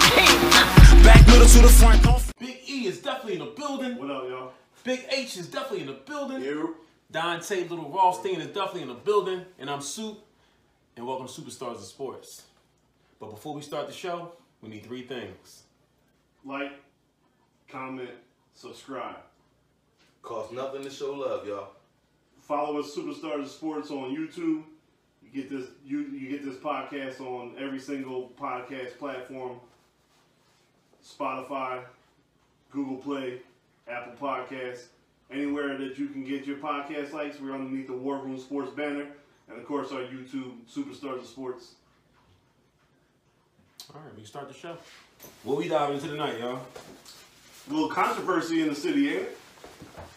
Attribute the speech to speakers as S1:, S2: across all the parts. S1: Back middle to the front.
S2: Big E is definitely in the building.
S3: What up, y'all?
S2: Big H is definitely in the building.
S3: You.
S2: Dante Little Rothstein is definitely in the building. And I'm Soup. And welcome to Superstars of Sports. But before we start the show, we need three things.
S3: Like, comment, subscribe.
S4: Cost nothing to show love, y'all.
S3: Follow us, Superstars of Sports, on YouTube. You get this. You you get this podcast on every single podcast platform: Spotify, Google Play, Apple Podcasts, anywhere that you can get your podcast likes. We're underneath the War Room Sports banner, and of course our YouTube, Superstars of Sports.
S2: All right, we can start the show. What we diving into tonight, y'all?
S3: little controversy in the city, ain't it?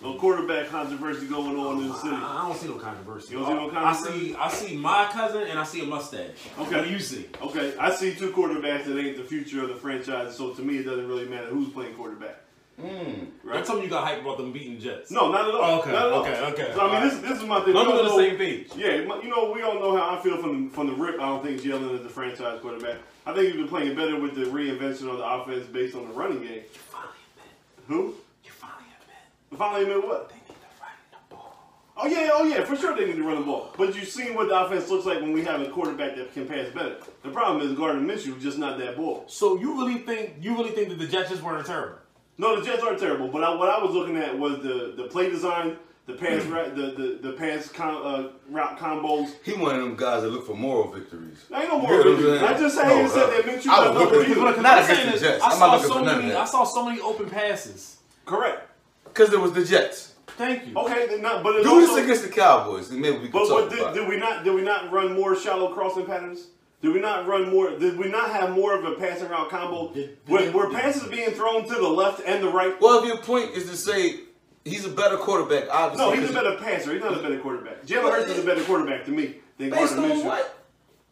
S3: little quarterback controversy going on in the city.
S2: I, I don't see no controversy.
S3: You don't see no
S2: I
S3: controversy?
S2: see, I see my cousin and I see a mustache.
S3: Okay.
S2: What do you see?
S3: Okay, I see two quarterbacks that ain't the future of the franchise, so to me it doesn't really matter who's playing quarterback.
S2: Don't tell me you got hype about them beating Jets.
S3: No, not at all.
S2: Oh, Okay,
S3: not at all.
S2: okay, okay.
S3: So I mean, this, this is my thing.
S2: Don't
S3: We
S2: be on
S3: all
S2: the
S3: know-
S2: same page.
S3: Yeah, my- you know, we all know how I feel from from the rip. I don't think Jalen is the franchise quarterback. I think he's been playing better with the reinvention of the offense based on the running game.
S2: You finally admit.
S3: Who?
S2: You finally admit.
S3: Finally, meant what?
S2: They need to run the ball.
S3: Oh yeah, oh yeah, for sure they need to run the ball. But you've seen what the offense looks like when we have a quarterback that can pass better. The problem is Gardner Minshew is just not that ball.
S2: So you really think you really think that the Jets just weren't terrible?
S3: No, the Jets are terrible. But I, what I was looking at was the, the play design, the pass ra- the the, the pass com, uh, route combos.
S4: He one of them guys that look for moral victories.
S3: I ain't
S4: You
S3: no more.
S4: know what I'm
S3: victory.
S4: saying?
S3: I just said
S4: No,
S3: I said
S4: uh,
S3: that Minshew
S4: I
S3: got
S4: was
S3: no
S4: looking
S3: reason.
S4: for-
S2: Because
S4: Not
S2: I'm
S4: against
S2: saying
S4: the
S2: is,
S4: Jets.
S2: I
S4: I'm
S2: saw
S4: not looking
S2: so
S4: for none of
S2: many,
S4: that.
S2: I saw so many open passes.
S3: Correct.
S4: Because it was the Jets.
S2: Thank you.
S3: Okay, then not, but it's
S4: Do this
S3: also,
S4: against the Cowboys, and maybe we can
S3: But
S4: talk
S3: what did,
S4: about
S3: did
S4: it.
S3: we not did we not run more shallow crossing patterns? Did we not run more? Did we not have more of a passing route combo
S2: Did- did
S3: where,
S2: they-
S3: where
S2: did-
S3: passes being thrown to the left and the right?
S4: Well, if your point is to say he's a better quarterback, obviously.
S3: No, he's a
S4: 'cause-
S3: better passer. He's not a better quarterback. Jalen Hurts is a better quarterback to me than
S4: Based
S3: Gardner
S4: on
S3: Minshew.
S4: what?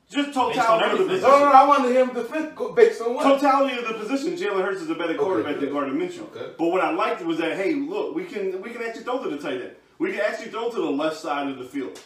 S3: Just
S2: Based on
S3: totality of the
S2: everything.
S3: position.
S4: No, no, no. I want to hear him defend go- based on what?
S3: totality of the position, Jalen Hurts is a better quarterback
S4: Okay.
S3: than Gardner Minshew.
S4: Okay.
S3: But what I liked was that hey, look, we can we can actually throw to the tight end. We can actually throw to the left side of the field.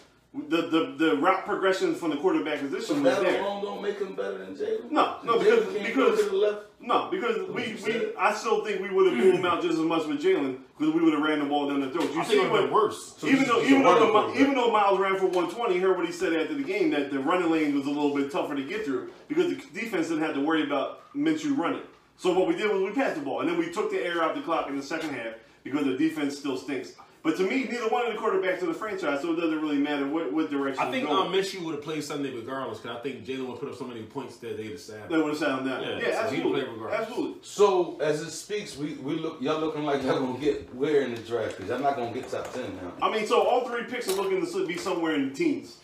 S3: The the, the route progression from the quarterback position was
S4: That
S3: there.
S4: alone don't make him better than Jalen.
S3: No, no,
S4: Jalen
S3: because-
S4: can't
S3: because-
S4: go to the left.
S3: No, because we,
S4: you
S3: we
S4: said.
S3: I still think we would have pulled him out just as much with Jalen because we would have ran the ball down the throat. You
S2: I think
S3: see
S2: it would
S3: what
S2: been worse. So
S3: even
S2: he's-
S3: though
S2: he's
S3: even
S2: a running
S3: though, Mi-
S2: quarterback.
S3: even though Miles ran for 120, he heard what he said after the game that the running lane was a little bit tougher to get through because the defense didn't have to worry about Minshew running. So what we did was we passed the ball and then we took the air out the clock in the second half because the defense still stinks. But to me, neither one of the quarterbacks in the franchise, so it doesn't really matter what, what direction.
S2: I think
S3: you're going.
S2: um, Minshew would have played Sunday regardless because I think Jalen would put up so many points that they'd have
S3: they
S2: sad.
S3: would have sound down.
S2: Yeah,
S3: Yeah,
S2: so he
S3: absolutely,
S2: played regardless.
S3: absolutely.
S4: So as it speaks, we, we look y'all looking like y'all gonna get where in the draft? Cause y'all not gonna get top ten now.
S3: I mean, so all three picks are looking to be somewhere in the teens,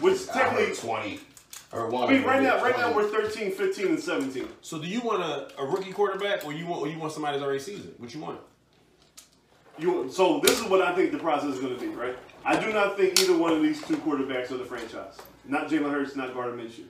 S3: which technically.
S4: twenty. Or one.
S3: I mean, right now, right now we're 13, 15, and 17.
S2: So do you want a, a rookie quarterback or you want or you want somebody that's already seasoned? What you want?
S3: You so this is what I think the process is going to be, right? I do not think either one of these two quarterbacks are the franchise. Not Jalen Hurts, not Gardner Minshew.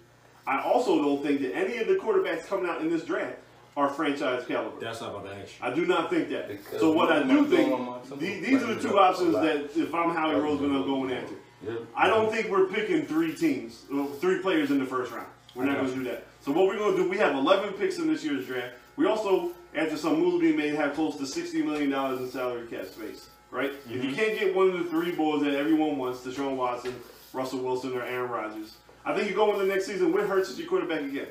S3: I also don't think that any of the quarterbacks coming out in this draft are franchise caliber.
S2: That's not about to ask you.
S3: I do not think that.
S4: Because
S3: so what I do
S4: I'm going on my-
S3: think, the- these are the two options that if I'm Howie Roseman, I'm going after.
S4: Yeah.
S3: I don't think we're picking three teams, well, three players in the first round. We're not going to do that. So what we're going to do, we have 11 picks in this year's draft. We also, after some moves being made, have close to 60 million dollars in salary cap space. Right? If you can't get one of the three boys that everyone wants, Deshaun Watson, Russell Wilson, or Aaron Rodgers, I think you go into the next season with Hurts as your quarterback again.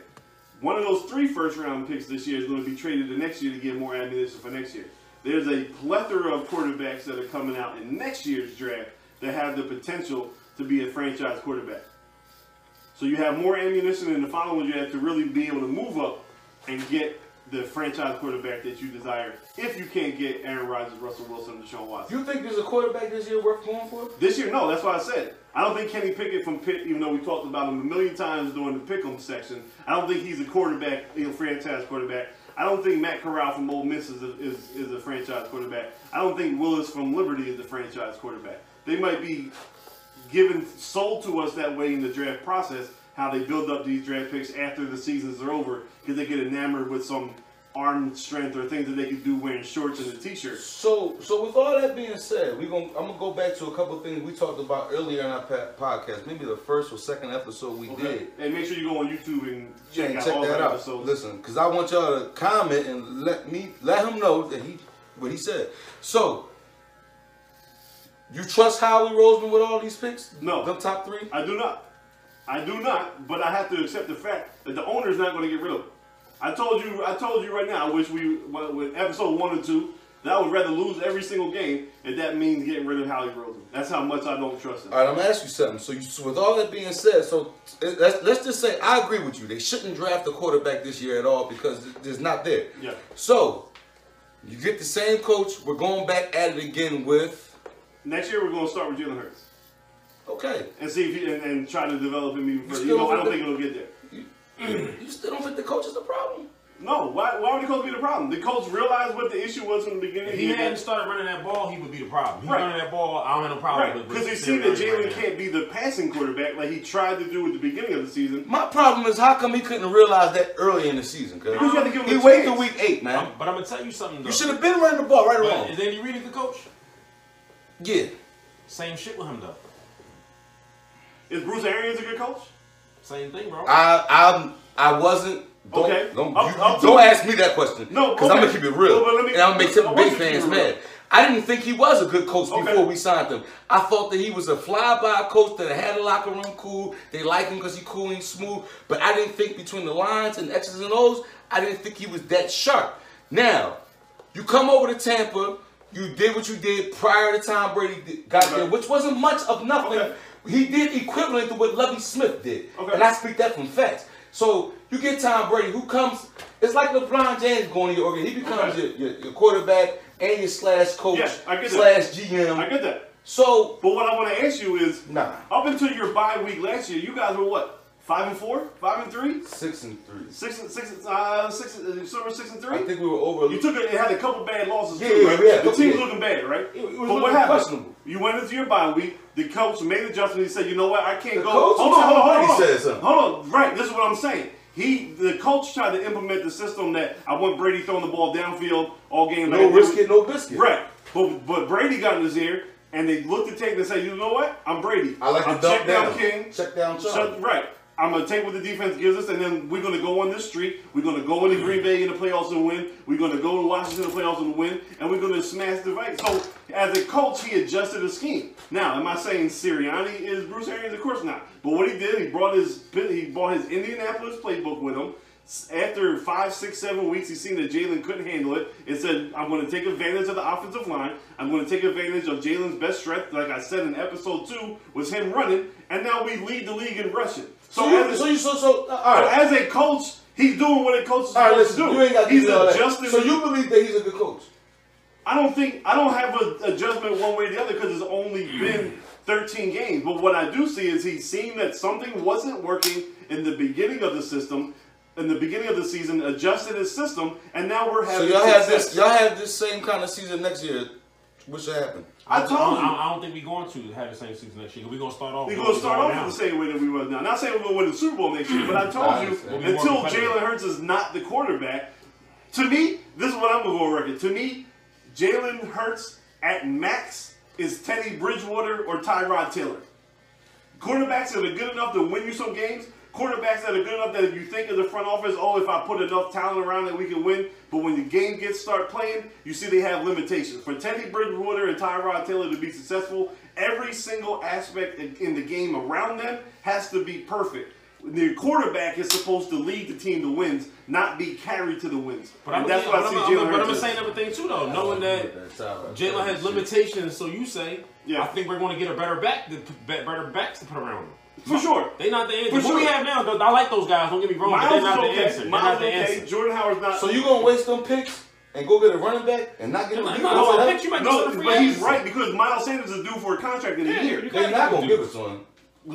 S3: One of those three first round picks this year is going to be traded the next year to get more ammunition for next year. There's a plethora of quarterbacks that are coming out in next year's draft that have the potential to be a franchise quarterback. So you have more ammunition in the following draft to really be able to move up and get the franchise quarterback that you desire if you can't get Aaron Rodgers, Russell Wilson, and Deshaun Watson.
S4: You think there's a quarterback this year worth going for?
S3: This year, no. That's why I said I don't think Kenny Pickett from Pitt, even though we talked about him a million times during the pick'em section. I don't think he's a quarterback, you know, franchise quarterback. I don't think Matt Corral from Ole Miss is a, is, is a franchise quarterback. I don't think Willis from Liberty is the franchise quarterback. They might be given sold to us that way in the draft process. how they build up these draft picks after the seasons are over because they get enamored with some arm strength or things that they can do wearing shorts and a t-shirt.
S4: So, so with all that being said, we going I'm gonna go back to a couple of things we talked about earlier in our pa- podcast. Maybe the first or second episode we did.
S3: And make sure you go on YouTube and
S4: Yeah,
S3: check out
S4: check
S3: all
S4: that
S3: the
S4: out.
S3: episodes.
S4: Listen, because I want y'all to comment and let me let him know that he what he said. So, you trust Howie Roseman with all these picks?
S3: No.
S4: the top three.
S3: I do not. I do not. But I have to accept the fact that the owner's not going to get rid of. Him. I told you. I told you right now. I wish we well, with episode one or two that I would rather lose every single game, and that means getting rid of Howie Rosen. That's how much I don't trust him.
S4: All right, I'm gonna ask you something. So, you, so with all that being said, so it- let's, let's just say I agree with you. They shouldn't draft a quarterback this year at all because it- it's not there.
S3: Yeah.
S4: So you get the same coach. We're going back at it again with
S3: Next year we're going to start with Jalen Hurts
S4: okay.
S3: and see if he, and, and try to develop him even further.
S4: still
S3: You know, I
S4: don't
S3: don't think
S4: think-
S3: it'll get there.
S4: You still don't think the coach is the problem?
S3: No, why, why would the coach be the problem? The coach realized what the issue was from the beginning.
S2: If he hadn't started running that ball, he would be the problem. He
S3: Right.
S2: running that ball, I don't have no problem
S3: Right,
S2: with
S3: because
S2: with
S3: they see that
S2: Jalen
S3: Jalen
S2: right now.
S3: can't be the passing quarterback like he tried to do at the beginning of the season.
S4: My problem is how come he couldn't realize that early in the season? Cause
S3: You gotta give him
S4: he
S3: a
S4: waited till
S3: chance.
S4: week eight, man.
S2: I'm- But I'm gonna tell you something though.
S4: you should have been running the ball right or
S2: But
S4: wrong.
S2: Is Andy Reid the coach?
S4: Yeah.
S2: Same shit with him though.
S3: Is Bruce Arians a good coach?
S2: Same thing, bro.
S4: I I I wasn't. Don't,
S3: Okay.
S4: Don't,
S3: I'm-
S4: you-
S3: I'm-
S4: don't ask me that question.
S3: No,
S4: because I'm
S3: okay.
S4: gonna keep it real,
S3: No, but let me-
S4: and I'm gonna make
S3: I
S4: some
S3: want
S4: big
S3: you to keep
S4: fans
S3: it real.
S4: mad. I didn't think he was a good coach
S3: Okay.
S4: before we signed him. I thought that he was a fly-by coach that had a locker room cool. They like him because he cool and smooth. But I didn't think between the lines and X's and O's, I didn't think he was that sharp. Now, you come over to Tampa. You did what you did prior to Tom Brady did- got there,
S3: Okay.
S4: which wasn't much of nothing.
S3: Okay.
S4: He did equivalent to what Lovey Smith did,
S3: Okay.
S4: and I speak that from facts. So you get Tom Brady, who comes. It's like LeBron James going to your organ. He becomes
S3: Okay.
S4: your, your, your quarterback and your slash coach
S3: Yeah, I get
S4: slash
S3: that.
S4: GM.
S3: I get that.
S4: So
S3: But what I want to ask you is,
S4: Nah.
S3: up until your bye week last year, you guys were what? Five and four, five and three,
S4: six and three.
S3: six and six, and- uh, six, and- uh, summer six and
S4: I
S3: three.
S4: think we were over.
S3: You took it. It had a couple bad losses
S4: Yeah,
S3: too. Right?
S4: yeah, yeah,
S3: the
S4: couple
S3: team's
S4: bad.
S3: looking bad, right?
S4: It was
S3: but
S4: looking
S3: what happened?
S4: questionable.
S3: You went into your bye week. The coach made adjustments. He said, "You know what? I can't
S4: The
S3: go."
S4: coach
S3: hold
S4: was
S3: on, hold on,
S4: already
S3: hold on.
S4: said something.
S3: Hold on. Right. This is what I'm saying. He, the coach, tried to implement the system that I want Brady throwing the ball downfield all game.
S4: no
S3: like-
S4: risk it, no biscuit.
S3: Right. But but Brady got in his ear, and they looked at Tate and said, "You know what? I'm Brady.
S4: I like to
S3: I'm
S4: dump
S3: check down,
S4: down.
S3: King.
S4: Check down
S3: Shut-
S4: Charlie."
S3: right. I'm gonna take what the defense gives us, and then we're gonna go on this street. We're gonna go into Green Bay in the playoffs and win. We're gonna go to Washington in the playoffs and win, and we're gonna smash the Vikings. So as a coach, he adjusted his scheme. Now, am I saying Sirianni is Bruce Arians? Of course not. But what he did, he brought his he brought his Indianapolis playbook with him. S- After five, six, seven weeks, he seen that Jalen couldn't handle it and said, I'm going to take advantage of the offensive line. I'm going to take advantage of Jalen's best strength, like I said in episode two, was him running. And now we lead the league in rushing. So,
S4: So you,
S3: as,
S4: so
S3: a,
S4: you, so, so, uh, all
S3: so
S4: right.
S3: as a coach, he's doing what a coach is
S4: All right,
S3: supposed
S4: listen,
S3: to do.
S4: you ain't got to
S3: he's
S4: do all that.
S3: adjusting.
S4: So you believe that he's a good coach?
S3: I don't think I don't have a, a judgment one way or the other because it's only
S4: Hmm.
S3: been 13 games. But what I do see is he's seen that something wasn't working in the beginning of the system, in the beginning of the season, adjusted his system, and now we're
S4: So
S3: having.
S4: y'all have
S3: success.
S4: this, y'all have this same kind of season next year. What should happen?
S3: I
S2: I
S3: told
S2: don't,
S3: you.
S2: I don't think we're going to have the same season next year. We're gonna start off.
S3: We're gonna start
S2: now.
S3: off the same way that we was now. Not saying we're gonna win the Super Bowl next year, but I
S4: I
S3: told you
S4: understand.
S2: We'll be more
S3: until
S2: competitive.
S3: Jalen Hurts is not the quarterback. To me, this is what I'm gonna go on record. To me, Jalen Hurts at max is Teddy Bridgewater or Tyrod Taylor. Quarterbacks that are good enough to win you some games. Quarterbacks that are good enough that you think as a front office, oh, if I put enough talent around that we can win. But when the game gets start playing, you see they have limitations. For Teddy Bridgewater and Tyrod Taylor to be successful, every single aspect in in the game around them has to be perfect. The quarterback is supposed to lead the team to wins, not be carried to the wins.
S2: But I'm,
S3: and that's
S2: but
S3: what I
S2: I'm-
S3: see
S2: I'm-
S3: Jalen
S2: But I'm
S3: Hurts.
S2: saying
S3: as.
S2: everything too, though, knowing that Jalen has limitations. So you say,
S3: Yeah.
S2: I think we're going to get a better back, the p- better backs to put around them.
S3: For sure.
S2: They not the answer.
S3: For
S2: What we
S3: sure.
S2: have now, though, I like those guys. Don't get me wrong. but they're
S3: Miles is
S2: not the
S3: okay.
S2: answer. They're
S3: Miles
S2: not
S3: is
S2: the
S3: okay.
S2: answer.
S3: Jordan Howard's not.
S4: So you gonna waste them picks and go get a running back and not get
S2: You're
S4: him?
S2: like,
S4: You
S2: no,
S4: gonna
S2: I
S4: say
S2: picked you
S4: that?
S2: might-
S3: No,
S2: Free
S3: but he's
S2: agency.
S3: right because Miles Sanders is due for a contract in
S2: Yeah,
S3: a year.
S2: you
S4: They're
S2: gotta
S4: not
S2: do
S4: gonna
S2: it.
S4: give it to him.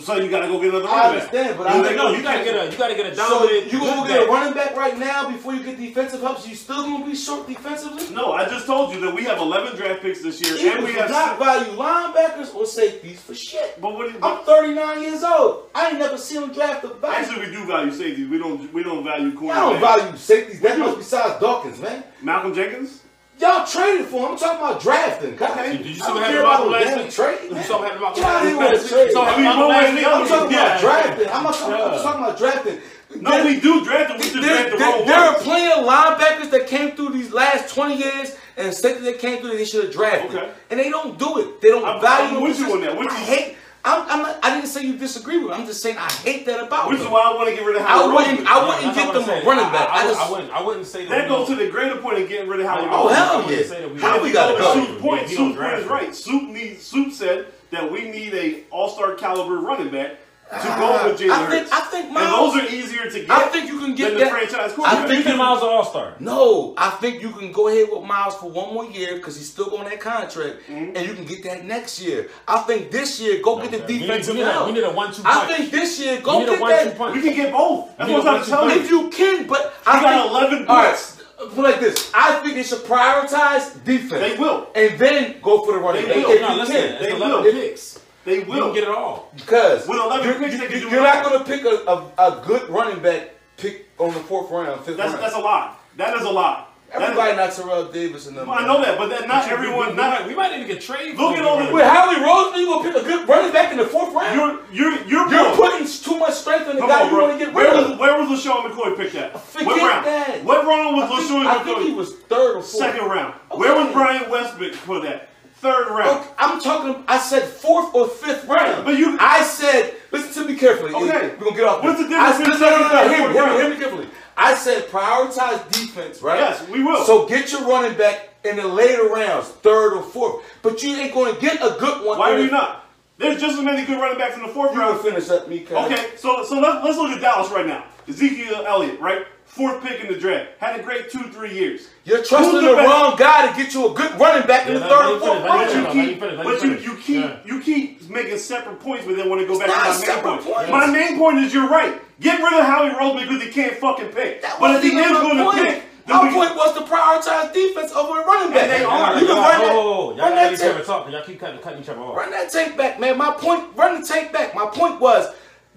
S3: So you gotta go get
S4: I
S3: another running back.
S4: understand, but
S3: You
S4: I
S3: like,
S4: think-
S2: No,
S3: no,
S2: you gotta
S3: can't-
S2: get a you gotta get a
S4: So
S2: dominant.
S4: you gonna
S2: good
S4: get a
S2: back.
S4: running back right now before you get defensive help? So you still gonna be short defensively?
S3: No, I just told you that we have 11 draft picks this year,
S4: Either
S3: and we
S4: for
S3: have.
S4: top value linebackers or safeties for shit.
S3: But what? do you-
S4: I'm 39 years old. I ain't never seen them draft a value.
S3: Actually, we do value safeties. We don't. We don't value cornerbacks.
S4: I don't value safeties that much besides Dawkins, man.
S3: Malcolm Jenkins.
S4: Y'all traded for him. I'm talking about drafting. God,
S3: Did
S2: Did you see
S4: I don't
S2: what
S4: care
S2: happened
S4: about
S2: about
S4: no
S2: last
S4: damn
S2: week?
S4: trade,
S2: You
S4: man.
S2: saw what happened about
S4: Get out of here with
S2: last
S4: the
S2: week.
S4: trade.
S2: You saw what
S4: I
S3: mean,
S2: happened about
S3: no
S2: last
S3: way.
S2: week.
S4: I'm talking
S3: Yeah.
S4: about drafting. I'm not talking, I'm just talking about drafting.
S3: No, we do draft them. We just
S4: There,
S3: draft the
S4: there,
S3: wrong
S4: there are
S3: ones.
S4: plenty of linebackers that came through these last 20 years and safety that came through that they should have drafted.
S3: Okay.
S4: And they don't do it. They don't
S3: I'm-
S4: value
S3: I'm
S4: them.
S3: with you on that. With
S4: I
S3: you.
S4: hate I'm, I'm not, I didn't say you disagree with me. I'm just saying I hate that about
S3: Which is
S4: them.
S3: why I want to get rid of
S4: I
S3: Howard.
S4: wouldn't
S3: Roseman.
S4: I
S2: No,
S4: wouldn't
S2: that's
S4: get
S2: not what
S4: them
S2: I'm
S4: a
S2: saying.
S4: running back.
S2: I, I,
S4: I
S2: would-
S4: just-
S2: I wouldn't. I wouldn't say
S3: That
S2: we
S3: goes to
S2: don't-
S3: the greater point of getting rid of Howard.
S4: Oh,
S3: Roseman.
S4: hell
S2: wouldn't
S4: yeah.
S2: say that we
S4: How
S2: don't-
S4: we gotta
S2: we
S3: But
S4: go?
S2: don't
S3: Soup's point,
S2: draft
S3: Soup's
S2: him.
S3: point is right. Soup needs. Soup said that we need a All Star caliber running back to go with Jalen
S4: I think-
S3: Hurts.
S4: I think
S3: and
S4: Miles-
S3: those are easier to get.
S4: I think you can get
S3: than
S4: that-
S3: the franchise
S4: I
S3: quarterback.
S4: think
S2: Ethan Miles an all star.
S4: No, I think you can go ahead with Miles for one more year because he's still on that contract,
S3: Mm-hmm.
S4: and you can get that next year. I think this year, go get the
S2: we need- we
S4: defensive
S2: need a-
S4: help.
S2: we need a one-two
S4: I
S2: punch.
S4: think this year, go
S2: need a
S4: get
S2: one-two
S4: that.
S2: punch.
S3: we can get both. That's
S2: You
S3: what
S2: know
S3: I'm
S2: what
S3: telling
S2: you-
S3: you.
S4: If you can, but I
S3: We got
S4: think,
S3: 11
S4: All
S3: picks.
S4: right, put it like this. I think they should prioritize defense.
S3: They will.
S4: and then go for the running.
S3: They
S4: back
S3: will.
S4: if
S2: No,
S4: you
S2: listen.
S4: can.
S2: It's
S3: They
S2: eleven
S3: will.
S2: picks.
S3: They
S2: We
S3: will
S2: can get it all.
S4: Because
S3: With 11
S4: you're,
S3: picks, they can
S4: you're-
S3: do
S4: you're
S3: it
S4: not
S3: all.
S4: going to pick a, a, a good running back pick on the fourth round, fifth
S3: That's
S4: round.
S3: that's a lot. That is a lot. That is-
S4: Everybody not Terrell Davis and them.
S3: I know that, but that not
S2: We-
S3: everyone.
S2: we
S3: Not
S2: might- we might even get traded.
S3: Look
S2: for
S3: at all
S2: him.
S3: the-
S4: With Howie Roseman, you gonna pick a good running back in the fourth round?
S3: you're you're you're,
S4: You're
S3: broke.
S4: putting too much strength on the
S3: Come
S4: guy
S3: on,
S4: you
S3: bro.
S4: want to get rid
S3: where
S4: of.
S3: was where was LaShawn McCoy picked at? what
S4: Forget
S3: round?
S4: that.
S3: What round was
S4: I think,
S3: LaShawn
S4: I
S3: McCoy?
S4: think he was third or fourth.
S3: Second round. Where was Brian Westbrook for that? Third round.
S4: Okay, I'm talking. I said fourth or fifth round.
S3: but you-
S4: I said. Listen to me carefully.
S3: Okay.
S4: we're gonna get off.
S3: What's
S4: this.
S3: the difference
S4: I,
S3: between
S4: no, no, no,
S3: second
S4: no,
S3: and
S4: hear me,
S3: fourth
S4: hear me,
S3: round?
S4: hear me carefully. I said prioritize defense, right?
S3: Yes, we will.
S4: So get your running back in the later rounds, third or fourth. But you ain't gonna get a good one.
S3: Why
S4: in
S3: are
S4: the-
S3: you not? There's just as many good running backs in the fourth
S4: You
S3: round.
S4: gonna finish up, me? cuz.
S3: Okay, so so let, let's look at Dallas right now. Ezekiel Elliott, right? Fourth pick in the draft. Had a great two, three years.
S4: You're trusting
S3: Who's
S4: the
S3: best-
S4: wrong guy to get you a good running back in
S2: Yeah,
S4: the
S2: let-
S4: third or
S2: let him
S4: fourth
S2: finish, let him
S4: round.
S3: But you
S2: Let him
S3: keep,
S2: finish, let him
S3: but you,
S2: finish.
S3: you keep,
S2: Yeah.
S3: you keep making separate points, but then want to go back
S4: not
S3: to my main
S4: separate
S3: point.
S4: points.
S3: My main point is you're right. Get rid of Howie Roseman because he can't fucking pick.
S4: That
S3: But if
S4: wasn't
S3: he
S4: even
S3: is
S4: my
S3: going to
S4: point.
S3: pick, then
S4: Our
S3: we,
S4: point was to prioritize defense over a running back.
S3: they are.
S4: You can
S2: Y'all-
S4: run that,
S2: whoa, whoa, whoa. Y'all
S4: run
S2: gotta
S4: that
S2: let each
S4: tape-
S2: other talk. Y'all keep cutting, cutting each other off.
S4: run that tape back, man. My point, run the tape back. My point was,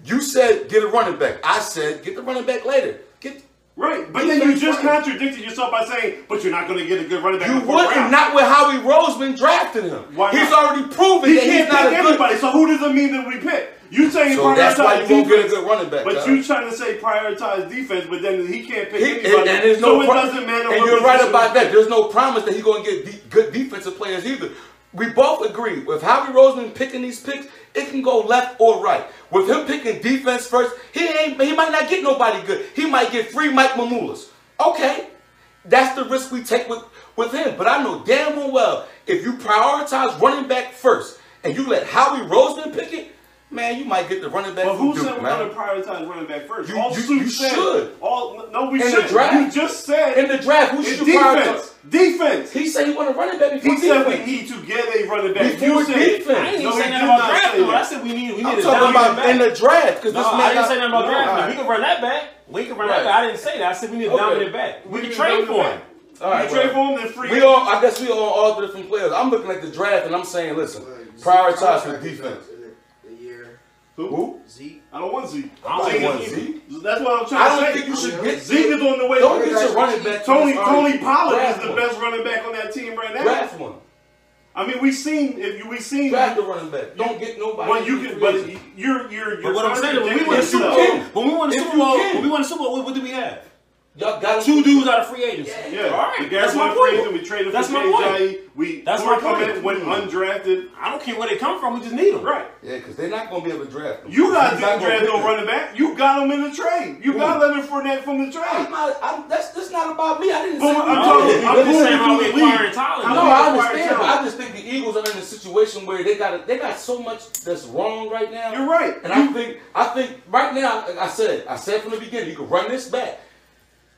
S4: you said get a running back. I said get the running back later. Get
S3: right. But then you
S4: Defense
S3: just
S4: running.
S3: contradicted yourself by saying, but you're not going to get a good running back.
S4: you
S3: in the fourth
S4: wouldn't
S3: round.
S4: not with Howie Roseman drafting him.
S3: Why
S4: he's
S3: not?
S4: already proven
S3: He
S4: that he's
S3: can't
S4: not a
S3: pick
S4: good.
S3: anybody. So who does it mean that we pick? You saying
S4: So
S3: prioritize
S4: that's why you won't get a
S3: defense,
S4: good running back,
S3: But
S4: guys.
S3: you trying to say prioritize defense, but then he can't pick
S4: He- and,
S3: anybody.
S4: and there's
S3: so
S4: no
S3: it
S4: pro-
S3: doesn't matter.
S4: And
S3: what
S4: you're right
S3: position-
S4: about that. There's no promise that he's going to get de- good defensive players either. We both agree with Howie Roseman picking these picks. It can go left or right. With him picking defense first, he ain't. He might not get nobody good. He might get three Mike Mamulas. Okay, that's the risk we take with with him. But I know damn well if you prioritize running back first and you let Howie Roseman pick it, man, you might get the running back.
S3: But
S4: from
S3: who
S4: Duke,
S3: said we're
S4: man.
S3: going to prioritize running back first?
S4: You-
S3: all
S4: you-
S3: Sue
S4: you
S3: said,
S4: should.
S3: All no, we
S4: In the
S3: should.
S4: draft.
S3: You just said
S4: in the draft? Who
S3: it's
S4: should you
S3: defense.
S4: prioritize?
S3: Defense.
S4: He said he wanted a running back before
S3: He said we
S4: defense.
S3: need to get a running back.
S4: Before
S3: you said,
S4: defense.
S2: I
S4: I
S2: didn't
S3: no,
S2: even say nothing
S3: we did
S2: about
S3: not
S2: draft.
S3: say
S2: though.
S3: that.
S2: I said we need. We need
S4: I'm
S2: a
S4: talking
S2: dominant
S4: about
S2: back.
S4: in the draft because
S2: No,
S4: this man.
S2: I didn't
S4: got-
S2: say nothing about
S4: No,
S2: draft.
S4: all
S2: We
S4: right.
S2: can run that back. We can run
S4: Right.
S2: that back. I didn't say that. I said we need a
S4: Okay.
S2: dominant back. We,
S3: We
S2: can
S3: need
S2: trade
S3: a
S2: for
S3: dominant
S2: him.
S3: back.
S4: All right,
S3: You
S4: well,
S3: trade for him, then free.
S4: We all, I guess we all all three different players. I'm looking at the draft and I'm saying, listen, prioritize for defense.
S5: The year.
S4: Who?
S5: Zeke.
S3: I don't want Zeke.
S2: I don't
S3: Zeke
S4: want
S3: is-
S4: Zeke.
S3: That's what I'm
S4: I don't
S3: trying to say.
S4: think you should get
S3: Zeke is on the way.
S4: Don't get your running back.
S3: Tony
S4: that's already-
S3: Tony Pollard is
S4: Draft
S3: the
S4: one.
S3: best running back on that team right now.
S4: Draft one.
S3: I mean, we've seen if you we've seen
S4: Draft the running back. Don't get nobody.
S3: when you
S4: in
S3: can,
S4: free
S3: but
S4: agency.
S3: you're you're you're.
S2: But what I'm saying is, when we won the
S4: If you
S2: Super
S3: contradicting
S4: can.
S2: Bowl,
S3: yourself.
S2: when we won the
S4: If
S2: Super
S4: you
S2: Bowl,
S4: can.
S2: when we won the Super Bowl, what, what did we have?
S4: y'all got
S2: Two dudes out of free agency.
S3: Yeah,
S2: All right.
S3: the
S2: That's my
S3: Gasol
S2: point.
S3: trade that we traded
S2: That's
S3: for
S2: my
S3: Jay
S2: point.
S3: Jay, we
S2: That's my point.
S3: Corkman
S4: Mm-hmm.
S3: went undrafted.
S2: I don't care where they come from. We just need them.
S3: Right.
S4: Yeah, because they're not going to be able to draft. them.
S3: You guys
S4: He's not
S3: didn't
S4: gonna
S3: draft
S4: pick
S3: no
S4: them.
S3: running back. You got him in the trade. You got
S4: Who?
S3: Leonard Fournette from the
S4: I'm
S3: trade.
S4: not, I'm, that's, that's not about me. I didn't
S3: But
S4: say
S3: I'm
S4: no.
S3: talking.
S2: I'm
S3: I'm
S2: just saying
S3: moving
S2: how we
S3: through the league.
S2: acquired talent.
S3: How
S4: No,
S3: we
S4: I
S3: acquired
S4: understand, but
S3: talent.
S4: I just think the Eagles are in a situation where they got they got so much that's wrong right now.
S3: You're right.
S4: and I think I think right now, like I said, I said from the beginning, you can run this back.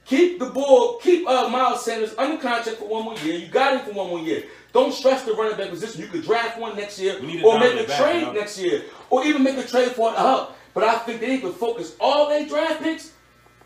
S4: Keep the ball, keep uh, Miles Sanders under contract for one more year. You got him for one more year. Don't stress the running back position. You could draft one next year,
S2: We need a
S4: or make a
S2: dominant back,
S4: trade
S2: you know?
S4: next year, or even make a trade for a hub. But I think they need to focus all their draft picks,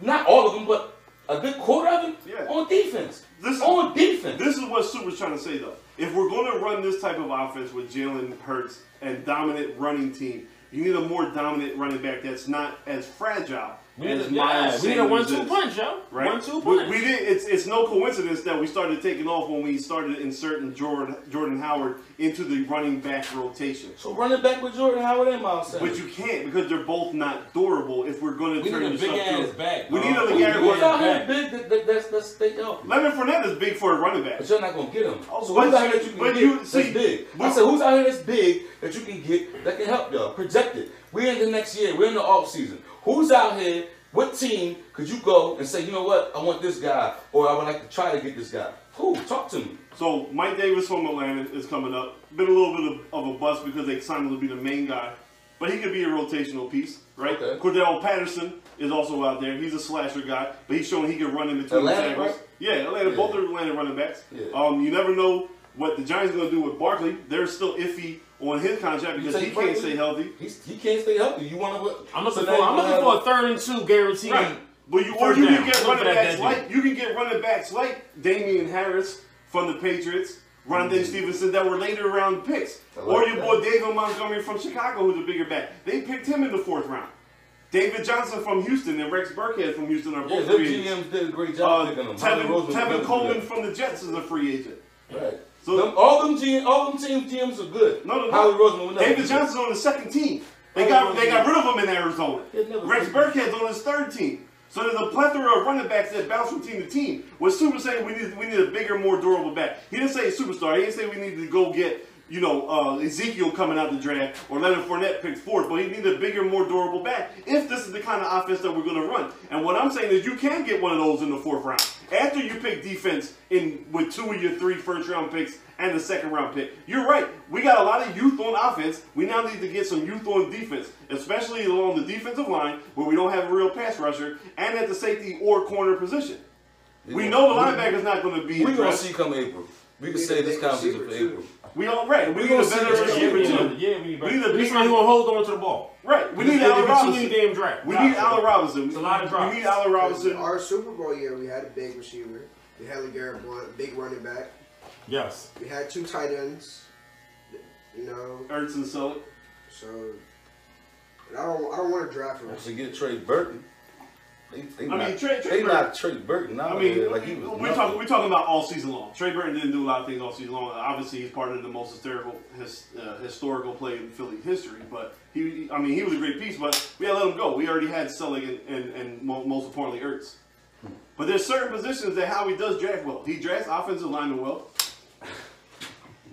S4: not all of them, but a good quarter of them,
S3: Yeah.
S4: on defense.
S3: This-
S4: on defense.
S3: This is what Super's trying to say though. If we're going to run this type of offense with Jalen Hurts and dominant running team, you need a more dominant running back that's not as fragile
S2: We need,
S3: as
S2: a, yeah,
S3: Miles.
S2: we need a
S3: Sanders
S2: one-two
S3: is,
S2: punch, yo.
S3: Right?
S2: One-two
S3: We-
S2: punch.
S3: We, did. It's it's no coincidence that we started taking off when we started inserting Jordan Jordan Howard into the running back rotation.
S4: so running back with Jordan Howard and Miles Sanders.
S3: But you can't because they're both not durable. If we're going to
S2: We
S3: turn
S2: need a
S3: this
S2: big
S3: up to-
S2: ass back,
S3: we
S2: bro.
S3: need a
S2: We
S3: big
S2: need
S3: ass
S4: Who's out
S3: back.
S4: here big? That, that, that's that's they out.
S3: Lemon Fournette is big for a running back.
S4: But you're not gonna get him.
S3: Oh,
S4: so
S3: but
S4: who's out here
S3: you-
S4: that you can
S3: but
S4: get
S3: you-
S4: that's
S3: see,
S4: big? I
S3: but-
S4: said, who's out here that's big that you can get that can help y'all? Projected. We're in the next year. We're in the off season. Who's out here? What team could you go and say, you know what? I want this guy, or I would like to try to get this guy. Who? Talk to me.
S3: So Mike Davis from Atlanta is coming up. Been a little bit of, of a bust because they signed him to be the main guy, but he could be a rotational piece, right?
S4: Okay.
S3: Cordell Patterson is also out there. He's a slasher guy, but he's showing he can run in between
S4: Atlanta,
S3: the tackles.
S4: right?
S3: Yeah, Atlanta.
S4: Yeah.
S3: Both are Atlanta running backs.
S4: Yeah.
S3: Um, you never know what the Giants are going to do with Barkley. They're still iffy on his contract because he
S4: take
S3: can't
S4: Barkley?
S3: stay healthy.
S4: He's, he can't stay healthy. You want to?
S2: I'm looking for. I'm looking for a third and two guaranteed.
S3: Right. But you, or
S2: Third
S3: you
S2: down.
S3: can get
S2: Look
S3: running
S2: for that
S3: backs
S2: dead
S3: like you can get running backs like Damian Harris from the Patriots, Rondé Stevenson that were later round picks,
S4: I like
S3: or your
S4: that.
S3: boy David Montgomery from Chicago, who's a bigger back. They picked him in the fourth round. David Johnson from Houston and Rex Burkhead from Houston are
S4: Yeah,
S3: both
S4: them
S3: free agents.
S4: GMs did a great
S3: Uh,
S4: job picking him. Howie
S3: Tevin,
S4: Roseman
S3: Tevin
S4: was
S3: Coleman
S4: good.
S3: from the Jets is a free agent.
S4: Right. So
S3: So-
S4: them, all them G, all them team GMs are good.
S3: No, no, no.
S4: Howie Roseman. was
S3: David
S4: good.
S3: Johnson's on the second team. They
S4: Howie
S3: got they
S4: Roseman.
S3: got rid of him in Arizona.
S4: He'd never
S3: Rex
S4: been-
S3: Burkhead's on his third team. So there's a plethora of running backs that bounce from team to team. What Super saying we need we need a bigger, more durable back. He didn't say superstar. He didn't say we need to go get you know uh, Ezekiel coming out the draft or Leonard Fournette picked fourth. But he needs a bigger, more durable back if this is the kind of offense that we're going to run. And what I'm saying is you can get one of those in the fourth round after you pick defense in with two of your three first round picks and the second round pick. You're right. We got a lot of youth on offense. We now need to get some youth on defense, especially along the defensive line where we don't have a real pass rusher and at the safety or corner position. We know the linebacker's not going to be.
S4: We're gonna
S3: addressed.
S4: see come April. We can
S5: We
S4: say
S5: need
S4: this
S5: a big
S4: conversation
S5: receiver,
S4: for
S5: too.
S4: April.
S3: We all right. We
S4: We
S3: need a
S4: gonna see
S3: better
S4: this
S2: Yeah,
S3: receiver
S2: we
S4: year.
S3: too.
S2: need, yeah, we need.
S3: We need a
S2: This
S3: big-
S2: man who gonna hold on to the ball.
S3: Right. We
S2: They
S3: need
S2: can
S3: Allen
S2: continue
S3: Robinson.
S2: the damn drive.
S3: We
S2: Nah,
S3: need
S2: sir.
S3: Allen Robinson.
S2: It's a lot of
S3: We
S2: drops.
S3: need Allen Robinson.
S5: Our Super Bowl year, we had a big receiver. We had LeGarrette Blunt, big running back.
S2: Yes.
S5: We had two tight ends. You know,
S3: Ertz and Sullivan.
S5: so and I don't I don't want to draft him.
S4: Once you get Trey Burton, they, they
S3: I
S4: not,
S3: mean, Trey- Trey
S4: they
S3: Burton-
S4: not Trey Burton.
S3: I
S4: out
S3: mean,
S4: there like he was
S3: we're,
S4: nothing.
S3: talking, we're talking about all season long. Trey Burton didn't do a lot of things all season long. Obviously, he's part of the most hysterical, his, uh, historical play in Philly history. But he, I mean, he was a great piece. But we had to let him go. We already had Selling and, and, and mo- most importantly Ertz. But there's certain positions that Howie does draft well. He drafts offensive linemen well.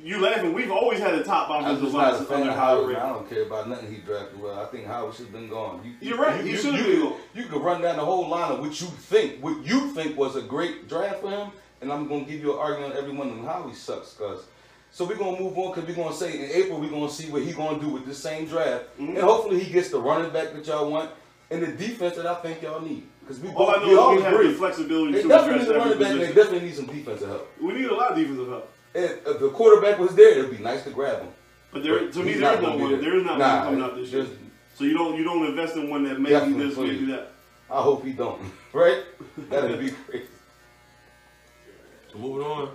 S3: You laughing? We've always had a top
S4: I'm
S3: offensive
S4: just not a
S3: line
S4: fan
S3: under
S4: of
S3: Howie.
S4: Howard. man. I
S3: Ray.
S4: don't care about nothing he drafted. Well, I think Howard should have been gone. You,
S3: You're right, he should've been
S4: could-
S3: gone.
S4: You could run down the whole line of what you think, what you think was a great draft for him, and I'm gonna give you an argument on every one of them how he sucks, cause. So we're gonna move on because we're gonna say in April we're gonna see what he gonna do with this same draft, and
S3: Mm-hmm.
S4: hopefully he gets the running back that y'all want and the defense that I think y'all need. Because we
S3: All I
S4: both, we
S3: know
S4: all
S3: is we have
S4: agree.
S3: the flexibility
S4: They
S3: to
S4: definitely
S3: address
S4: need a
S3: every
S4: running back. and They
S3: position.
S4: definitely need some defensive help.
S3: We need a lot of defensive help.
S4: And if the quarterback was there, it'd be nice to grab him.
S3: But there,
S4: But
S3: to me,
S4: he's
S3: there
S4: not
S3: is no
S4: gonna be
S3: one.
S4: there.
S3: There is not
S4: Nah,
S3: one coming out this year.
S4: there's-
S3: So you don't you don't invest in one that maybe
S4: Definitely,
S3: this, maybe
S4: please.
S3: that.
S4: I hope he don't. Right? That'd be crazy.
S2: So moving on.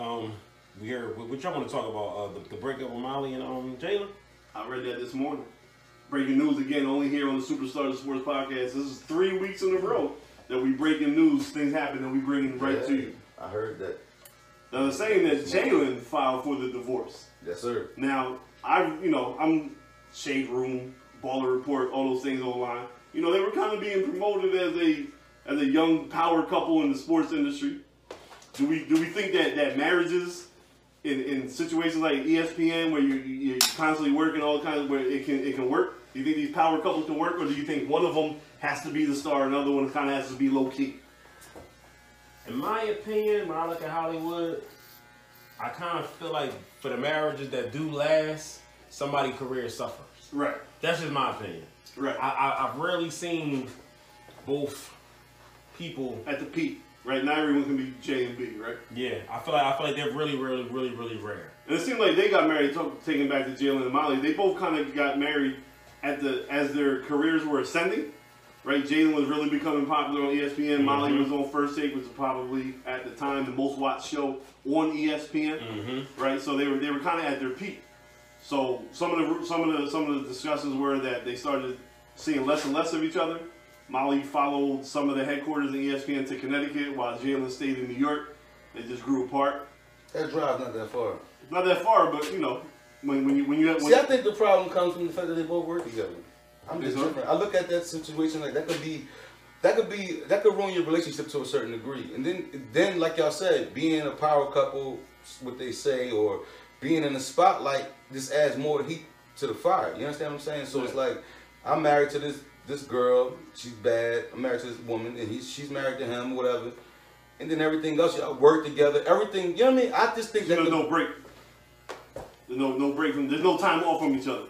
S2: Um, we heard what, what y'all want to talk about? Uh, the, the breakup with Molly and um Jalen.
S3: I read that this morning. Breaking news again, only here on the Superstars of Sports Podcast. This is three weeks in a row that we breaking news. Things happen and we bring it right to you.
S4: I heard that.
S3: Now they're saying that Jalen filed for the divorce.
S4: Yes, sir.
S3: Now I, you know, I'm Shade Room, Baller Report, all those things online. You know, they were kind of being promoted as a as a young power couple in the sports industry. Do we do we think that that marriages in, in situations like E ESPN where you you- you're constantly working all kinds of, where it can it can work? Do you think these power couples can work, or do you think one of them has to be the star, and another one kind of has to be low key?
S2: In my opinion, when I look at Hollywood, I kind of feel like for the marriages that do last, somebody' career suffers.
S3: Right,
S2: That's just my opinion.
S3: right.
S2: I, I, I've rarely seen both people.
S3: at the peak. Right now, everyone can be J and B, right?
S2: Yeah, I feel like I feel like they're really, really, really, really rare.
S3: And it seemed like they got married, talk, taking back to Jalen and Molly. They both kind of got married at the as their careers were ascending, right? Jalen was really becoming popular on E ESPN. Molly was on First Take, which was probably at the time the most watched show on E ESPN, right? So they were they were kind of at their peak. So some of the some of the some of the discussions were that they started seeing less and less of each other. Molly followed some of the headquarters in E ESPN to Connecticut, while Jalen stayed in New York. They just grew apart
S4: That drive's not that far.
S3: not that far, but you know, when when you when you when,
S4: See, I think the problem comes from the fact that they both work together. I'm just
S3: Is it?
S4: different. I look at that situation like that could be, that could be, that could ruin your relationship to a certain degree. And then, then like y'all said, being a power couple, what they say, or being in the spotlight, just adds more heat to the fire. You understand what I'm saying? So it's like, I'm married to this this girl. She's bad. I'm married to this woman, and he's she's married to him, whatever. And then everything else, y'all work together. Everything, you know what I mean? I just think that
S3: there's
S4: could-
S3: no break. There's no no break from there's no time off from each other.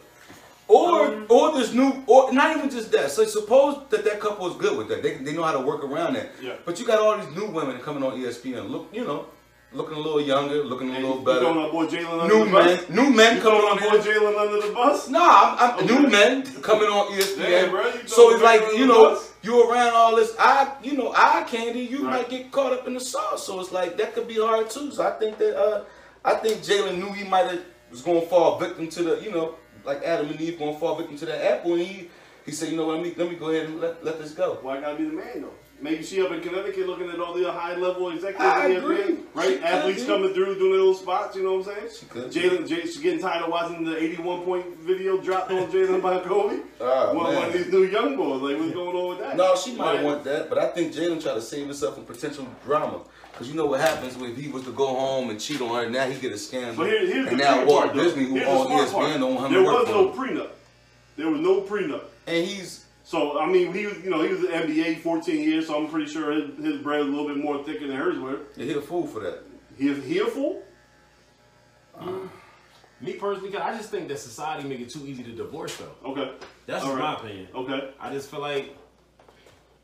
S4: Or or this new or not even just that. So suppose that that couple is good with that. They, they know how to work around that.
S3: Yeah.
S4: But you got all these new women coming on E ESPN. Look, you know, looking a little younger, looking a
S3: You
S4: little
S3: throwing
S4: better.
S3: our boy Jalen under
S4: New
S3: the
S4: men,
S3: bus.
S4: new men coming
S3: You throwing
S4: on.
S3: our boy
S4: ESPN.
S3: Jalen under the bus.
S4: Nah, I'm, I'm new
S3: Okay.
S4: men coming on E ESPN.
S3: Damn, bro, you
S4: so
S3: throwing
S4: it's like
S3: Jalen
S4: you
S3: under the
S4: know
S3: bus?
S4: you around all this eye, you know eye candy. You
S3: Right.
S4: might get caught up in the sauce. So it's like that could be hard too. So I think that uh, I think Jalen knew he might have was gonna fall victim to the you know like Adam and Eve gonna fall victim to that apple, and he he said you know what let me let me go ahead and let, let this go.
S3: Why gotta be the man though? Maybe she up in Connecticut looking at all the high level executives.
S4: I
S3: in the
S4: agree.
S3: NBA,
S4: She
S3: Right,
S4: could
S3: athletes
S4: be.
S3: coming through doing their little spots. You know what I'm
S4: She
S3: saying?
S4: could
S3: Jalen, Jay, she's getting tired of watching the 81 point video dropped on Jalen by Kobe.
S4: Oh,
S3: one, one
S4: man.
S3: of these new young boys. Like, what's going on with that?
S4: No, she might
S3: Right.
S4: want that, but I think Jalen tried to save himself from potential drama. Cause you know what happens when he was to go home and cheat on her, now he get a scandal,
S3: But here, here's
S4: and
S3: the
S4: now
S3: tricky
S4: Walt
S3: part, though.
S4: Disney, who E
S3: Here's the
S4: owns
S3: smart
S4: ESPN,
S3: part.
S4: don't want him
S3: There
S4: to work
S3: was
S4: for
S3: no
S4: him.
S3: prenup. There was no prenup.
S4: and he's
S3: So I mean, he was you know he was in the NBA 14 years, so I'm pretty sure his, his bread is a little bit more thicker than hers were.
S4: Yeah, he a fool for that.
S3: He he a fool?
S2: Me personally, I just think that society make it too easy to divorce though.
S3: Okay,
S2: That's
S3: All
S2: just my
S3: right.
S2: opinion.
S3: okay.
S2: I just feel like,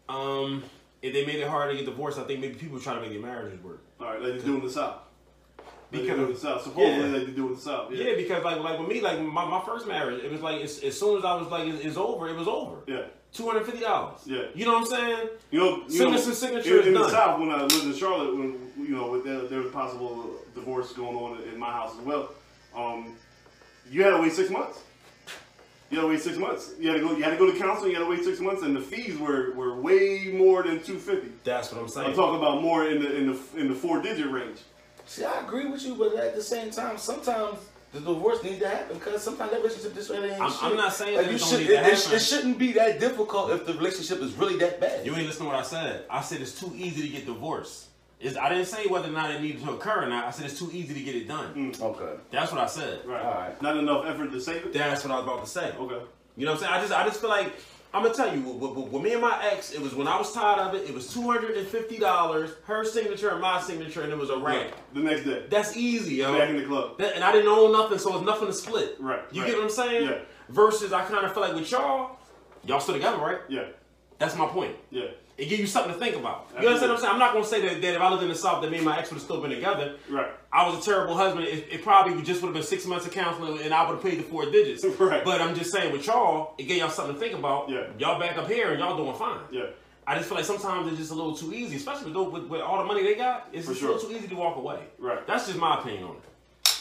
S2: um, if they made it hard to get divorced, I think maybe people trying to make their marriages work.
S3: All right, like they do in the south. Like they
S2: Because-
S3: do in the south. Supposedly
S2: yeah.
S3: like they do in the south. Yeah.
S2: Yeah, because like like with me, like my, my first marriage, it was like as, as soon as I was like, it's, it's over, it was over.
S3: Yeah.
S2: Two hundred fifty dollars.
S3: Yeah.
S2: You know what I'm saying?
S3: You know, you
S2: Send
S3: know,
S2: us a signature,
S3: in, in the
S2: done.
S3: South when I lived in Charlotte, when you know there, there was possible divorce going on in my house as well. Um, you had to wait six months. You had to wait six months. You had to go. You had to go to counseling. You had to wait six months, and the fees were, were way more than two fifty.
S2: That's what I'm saying.
S3: I'm talking about more in the in the in the four digit range.
S4: See, I agree with you, but at the same time, sometimes the divorce needs to happen because sometimes that relationship just really ain't
S2: I'm-
S4: shit.
S2: I'm not saying that
S4: you
S2: it don't
S4: should-
S2: need
S4: it,
S2: to
S4: it sh-
S2: happen.
S4: it shouldn't be that difficult if the relationship is really that bad.
S2: You ain't listen to what I said. I said it's too easy to get divorced. It's, I didn't say whether or not it needed to occur or not. I said it's too easy to get it done.
S4: okay.
S2: That's what I said.
S3: Mm. Right.
S4: All right.
S3: Not enough effort to save it.
S2: That's what I was about to say.
S3: Okay.
S2: You know what I'm saying? I just I just feel like I'm gonna tell you with, with, with me and my ex, it was when I was tired of it. It was two hundred and fifty dollars, her signature and my signature, and it was a wrap.
S3: The next day,
S2: That's easy, yo.
S3: back in the club.
S2: That- and I didn't own nothing, so it's nothing to split.
S3: Right,
S2: You
S3: right.
S2: get what I'm saying?
S3: Yeah.
S2: Versus, I kind of feel like with y'all, y'all still together, right?
S3: Yeah.
S2: That's my point.
S3: Yeah.
S2: It give you something to think about. You understand what I'm saying? I'm not gonna say that, that if I lived in the South, that me and my ex would have still been together.
S3: Right.
S2: I was a terrible husband. It, it probably just would have been six months of counseling, and I would have paid the four digits.
S3: Right.
S2: But I'm just saying, with y'all, it gave y'all something to think about.
S3: Yeah.
S2: Y'all back up here, and y'all doing fine.
S3: Yeah.
S2: I just feel like sometimes it's just a little too easy, especially with, with, with all the money they got. It's
S3: For
S2: just a
S3: sure.
S2: little too easy to walk away.
S3: Right.
S2: That's just my opinion on it.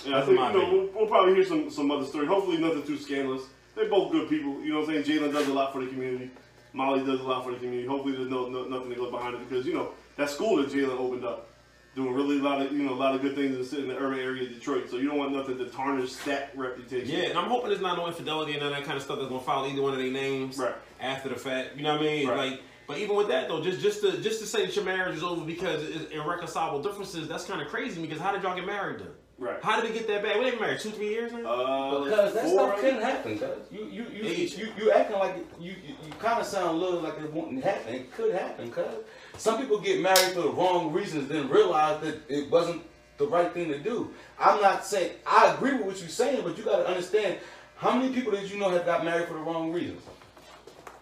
S3: Yeah, I
S2: That's
S3: think
S2: my
S3: you know, we'll,
S2: opinion.
S3: we'll probably hear some, some other story. Hopefully, nothing too scandalous. They're both good people. You know what I'm saying? Jalen does a lot for the community. Molly does a lot for the community. Hopefully, there's no, no nothing that goes behind it because you know that school that Jalen opened up, doing really a lot of you know a lot of good things in the, in the urban area of Detroit. So you don't want nothing to tarnish that reputation.
S2: Yeah, and I'm hoping there's not no infidelity and none of that kind of stuff that's gonna follow either one of their names
S3: Right.
S2: after the fact. You know what I mean?
S3: Right.
S2: Like, but even with that though, just just to just to say that your marriage is over because it's irreconcilable differences, that's kind of crazy. Because how did y'all get married then?
S3: Right.
S2: How did it get that bad? We ain't married two three years now.
S3: Uh,
S4: Because that
S3: four,
S4: stuff
S3: right?
S4: can happen. Cause you you you,
S2: Age.
S4: you you acting like it- you you, you kind of sound a little like it won't happen. It could happen. Cause some people get married for the wrong reasons, then realize that it wasn't the right thing to do. I'm not saying I agree with what you're saying, but you got to understand how many people that you know have got married for the wrong reasons.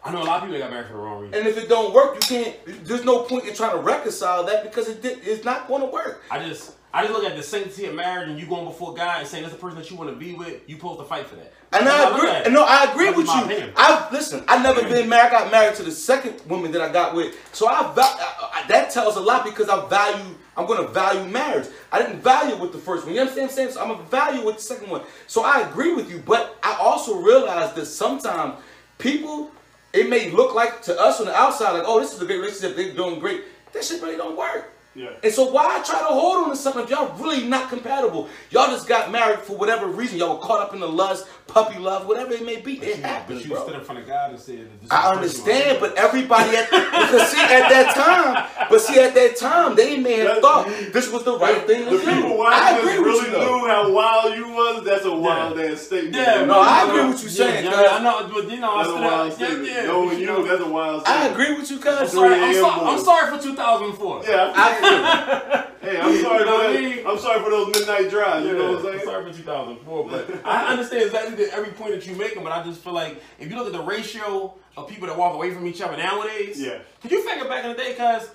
S2: I know a lot of people that got married for the wrong reason.
S4: And if it don't work, you can't. There's no point in trying to reconcile that because it did, it's not going to work.
S2: I just I just look at the sanctity of marriage and you going before God and saying that's the person that you want to be with. You supposed to fight for that.
S4: And
S2: That's
S4: I
S2: how look at
S4: agree.
S2: it.
S4: And no, I agree
S2: That's
S4: with
S2: my
S4: you.
S2: opinion.
S4: I listen. I never been married. I got married to the second woman that I got with. So I, val- I, I that tells a lot because I value. I'm going to value marriage. I didn't value it with the first one. You understand what I'm saying? So I'm going to value it with the second one. So I agree with you, but I also realize that sometimes people, it may look like to us on the outside, like, oh, this is a great relationship. They're doing great. That shit really don't work.
S3: Yeah.
S4: And so why try to hold on to something if y'all really not compatible? Y'all just got married for whatever reason. Y'all were caught up in the lust, puppy love, whatever it may be. It happens,
S2: but you
S4: bro.
S2: stood in front of God and said, that this is
S4: I
S2: the person you
S4: understand,
S2: want.
S4: but everybody at because see at that time, but see at that time they may have
S3: That-
S4: thought this was the right thing to
S3: The
S4: do.
S3: people
S4: I
S3: watching
S4: agree
S3: this
S4: with
S3: really
S4: you, though.
S3: knew how wild you was. That's a wild ass statement.
S2: Yeah,
S4: No, I agree with
S3: That's
S4: you saying.
S2: yeah,
S4: cuz.
S2: I know, but you know, I
S3: That's a wild
S2: stood
S3: statement.
S2: up. Yeah, yeah.
S3: Knowing
S2: you
S3: you,
S2: know.
S3: that's a wild
S4: I
S3: statement.
S4: agree with you, cuz.
S2: Sorry, I'm,
S3: Yeah,
S2: sorry, I'm
S3: boy.
S2: sorry for 2004.
S3: Yeah, I feel you.
S4: I,
S3: Hey, I'm sorry
S2: You know
S3: for
S2: what I
S3: that.
S2: mean?
S3: I'm sorry for those midnight drives. You know what I'm saying?
S2: Sorry for 2004, but I understand exactly the, every point that you're making. But I just feel like if you look at the ratio of people that walk away from each other nowadays,
S3: Yeah.
S2: could you figure back in the day? Because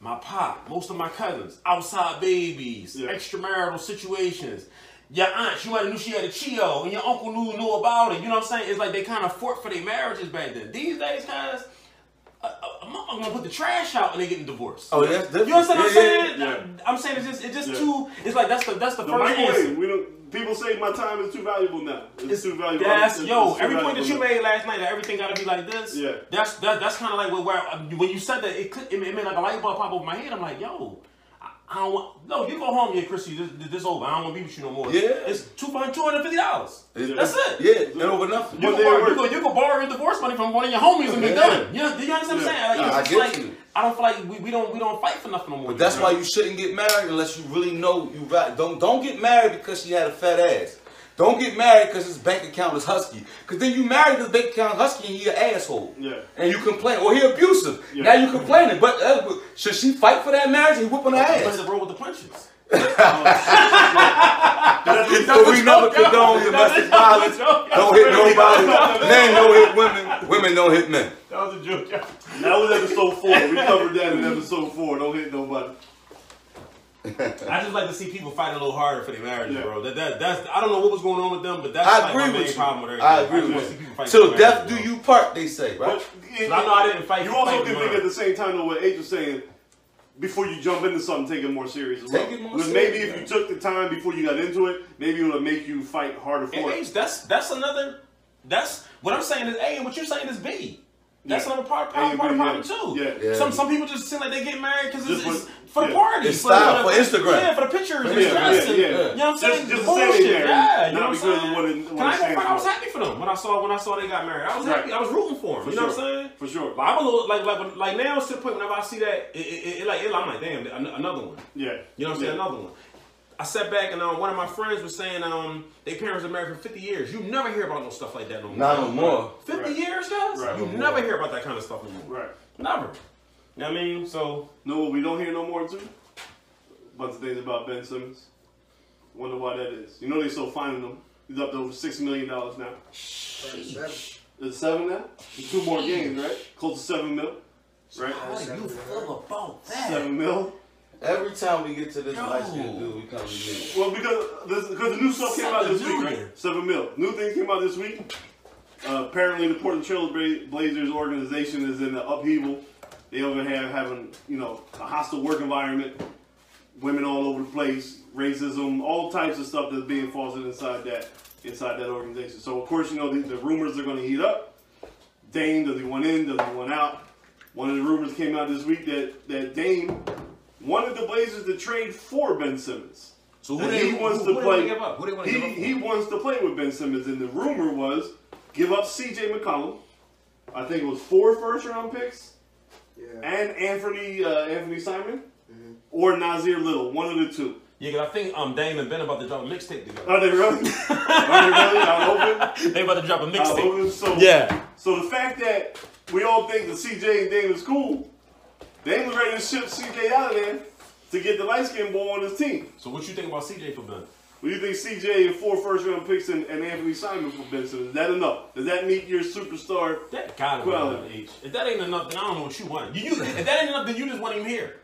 S2: my pop, most of my cousins, outside babies,
S3: Yeah.
S2: extramarital situations. Your aunt, she might have knew she had a Chio, and your uncle knew knew about it. You know what I'm saying? It's like they kind of fought for their marriages back then. These days, guys, I'm gonna put the trash out and they getting divorced.
S4: oh, that's different.
S2: You understand what I'm
S4: Yeah, yeah,
S2: saying?
S3: yeah.
S2: I'm saying it's just it's just
S3: Yeah.
S2: too. It's like that's the that's the,
S3: The
S2: first
S3: microwave.
S2: answer.
S3: We don't. People say my time is too valuable now. It's, too valuable.
S2: That's
S3: It's-
S2: yo.
S3: it's too
S2: every point that you
S3: valuable
S2: made last night, that everything gotta be like this.
S3: Yeah.
S2: That's that, that's kind of like where, where I- when you said that it, clicked- it it made like a light bulb pop over my head. I'm like yo. I- I don't want, no, you go home, yeah, Chrissy. This, this this over. I don't want to be with you no more.
S4: Yeah.
S2: it's two two hundred fifty dollars.
S4: It's-
S2: That's it.
S4: Yeah, and over nothing.
S2: You
S3: But
S2: can,
S3: they
S2: borrow,
S3: were-
S2: you, can, you can borrow your divorce money from one of your homies and be
S4: Yeah.
S2: done. You know, do you understand what I'm
S3: Yeah.
S2: saying? Like,
S4: Nah, I
S2: it's
S4: get
S2: like,
S4: you.
S2: I don't feel like we, we don't we don't fight for nothing no more.
S4: But that's why you shouldn't get married unless you really know you right. Don't don't get married because she had a fat ass. Don't get married because his bank account is husky. Because then you married his bank account husky and he an asshole.
S3: Yeah.
S4: And you complain. Or he abusive.
S3: Yeah.
S4: Now you complaining. But uh, should she fight for that marriage and whooping her
S2: What's
S4: ass?
S2: the roll with the punches?
S4: But we never condone domestic violence. Don't hit nobody. Men don't hit women. Women don't hit men.
S2: That was a joke.
S3: now. That was episode four. We covered that in episode four. Don't hit nobody.
S2: I just like to see people fight a little harder for their marriages,
S3: Yeah.
S2: bro. That, that that's I don't know what was going on with them, but that's
S4: I
S2: like
S4: agree
S2: my main
S4: with you.
S2: problem with everything.
S4: I agree
S2: just wanna
S4: with
S2: see
S4: you.
S2: people fight for
S4: Till
S2: their
S4: death do
S2: marriages,
S4: you part, they say, right?
S3: But it-
S2: I know I didn't fight-
S3: You also
S2: fight
S3: can
S2: mine.
S3: think at the same time though what H was saying. Before you jump into something, take it more serious. as
S4: Take
S3: well.
S4: it more
S3: Because
S4: serious,
S3: maybe if
S4: yeah.
S3: you took the time before you got into it, maybe it would make you fight harder
S2: bro.
S3: for
S2: And
S3: it.
S2: H, that's that's another. That's what I'm saying is A, and what you're saying is B. That's
S3: Yeah.
S2: another part,
S3: A
S2: part,
S3: and
S2: part
S3: B,
S2: of the
S3: yeah.
S2: problem too.
S3: Yeah.
S4: Yeah.
S2: Some some people just seem like they get married because it's, it's
S3: Just for-
S2: for the
S3: yeah.
S2: party,
S4: It's style, for Instagram.
S2: yeah, for the pictures,
S4: Yeah,
S2: and the
S4: yeah,
S2: dress, and-
S3: yeah.
S2: You know what I'm
S3: Just-
S2: saying?
S3: just to say
S2: Bullshit,
S3: they married,
S2: yeah. You
S3: not
S2: know what I'm
S3: because of
S2: saying?
S3: what it-
S2: Can
S3: what it
S2: I go
S3: stands
S2: front? I was
S3: for.
S2: happy for them when I saw when I saw they got married. I was
S3: Right.
S2: happy. I was rooting for them.
S3: For
S2: you know
S3: sure.
S2: what I'm saying?
S3: For sure.
S2: But I'm a little like like like now it's to the point whenever I see that it, it, it like it, I'm like damn an- another one.
S3: Yeah.
S2: You know what I'm saying?
S3: Yeah.
S2: Another one. I sat back and um, one of my friends was saying um, their parents were married for 50 years. You never hear about no stuff like that no more.
S4: Not no more.
S2: 50
S3: Right.
S2: years, guys?
S3: Right.
S2: You
S3: No
S2: never hear about that kind of stuff no more.
S3: Right.
S2: Never. You know what I mean? So,
S3: Know what we don't hear no more too? Bunch of things about Ben Simmons. Wonder why that is. You know they still finding him. He's up to over six million dollars now. Is it seven now? It's two more games, right? Close to seven mil. Right?
S2: how do you feel about that?
S3: Seven mil.
S4: Every time we get to this
S2: No.
S4: light-skinned dude, we come to me.
S3: Well, because this, because the new stuff came out this
S2: Seven
S3: week,
S2: million.
S3: right? Seven mil. New things came out this week. Uh, apparently, the Portland Trail Bla- Blazers organization is in the upheaval. They over have having you know a hostile work environment, women all over the place, racism, all types of stuff that's being fostered inside that inside that organization. So of course, you know the, the rumors are going to heat up. Dame does he want in? Does he want out? One of the rumors came out this week that that Dame wanted the Blazers to trade for Ben Simmons.
S2: So
S3: That
S2: they-
S3: he wants
S2: who-
S3: to
S2: who they
S3: play.
S2: wanna give up? Who they want to
S3: he,
S2: give up?
S3: he wants to play with Ben Simmons, and the rumor was give up C.J. McCollum. I think it was four first round picks
S5: Yeah.
S3: and Anthony uh, Anthony Simon
S2: Mm-hmm.
S3: or Nazir Little, one of the two.
S2: Yeah, because I think um, Dame and Ben about to drop a mixtape together.
S3: Are they really? Are they really? I'm hoping.
S2: they about to drop a
S3: I'm
S2: mixtape.
S3: hoping so.
S2: Yeah.
S3: So the fact that we all think that CJ and Dame is cool, Dame was ready to ship CJ out of there to get the light skinned boy on his team.
S2: So what you think about CJ for Ben?
S3: What do you think CJ and four first round picks and, and Anthony Simon for Ben Simmons? Is that enough? Does that meet your superstar?
S2: That gotta be
S3: Well-
S2: enough, H. If that ain't enough, then I don't know what you want. You, you, if that ain't enough, then you just want him here.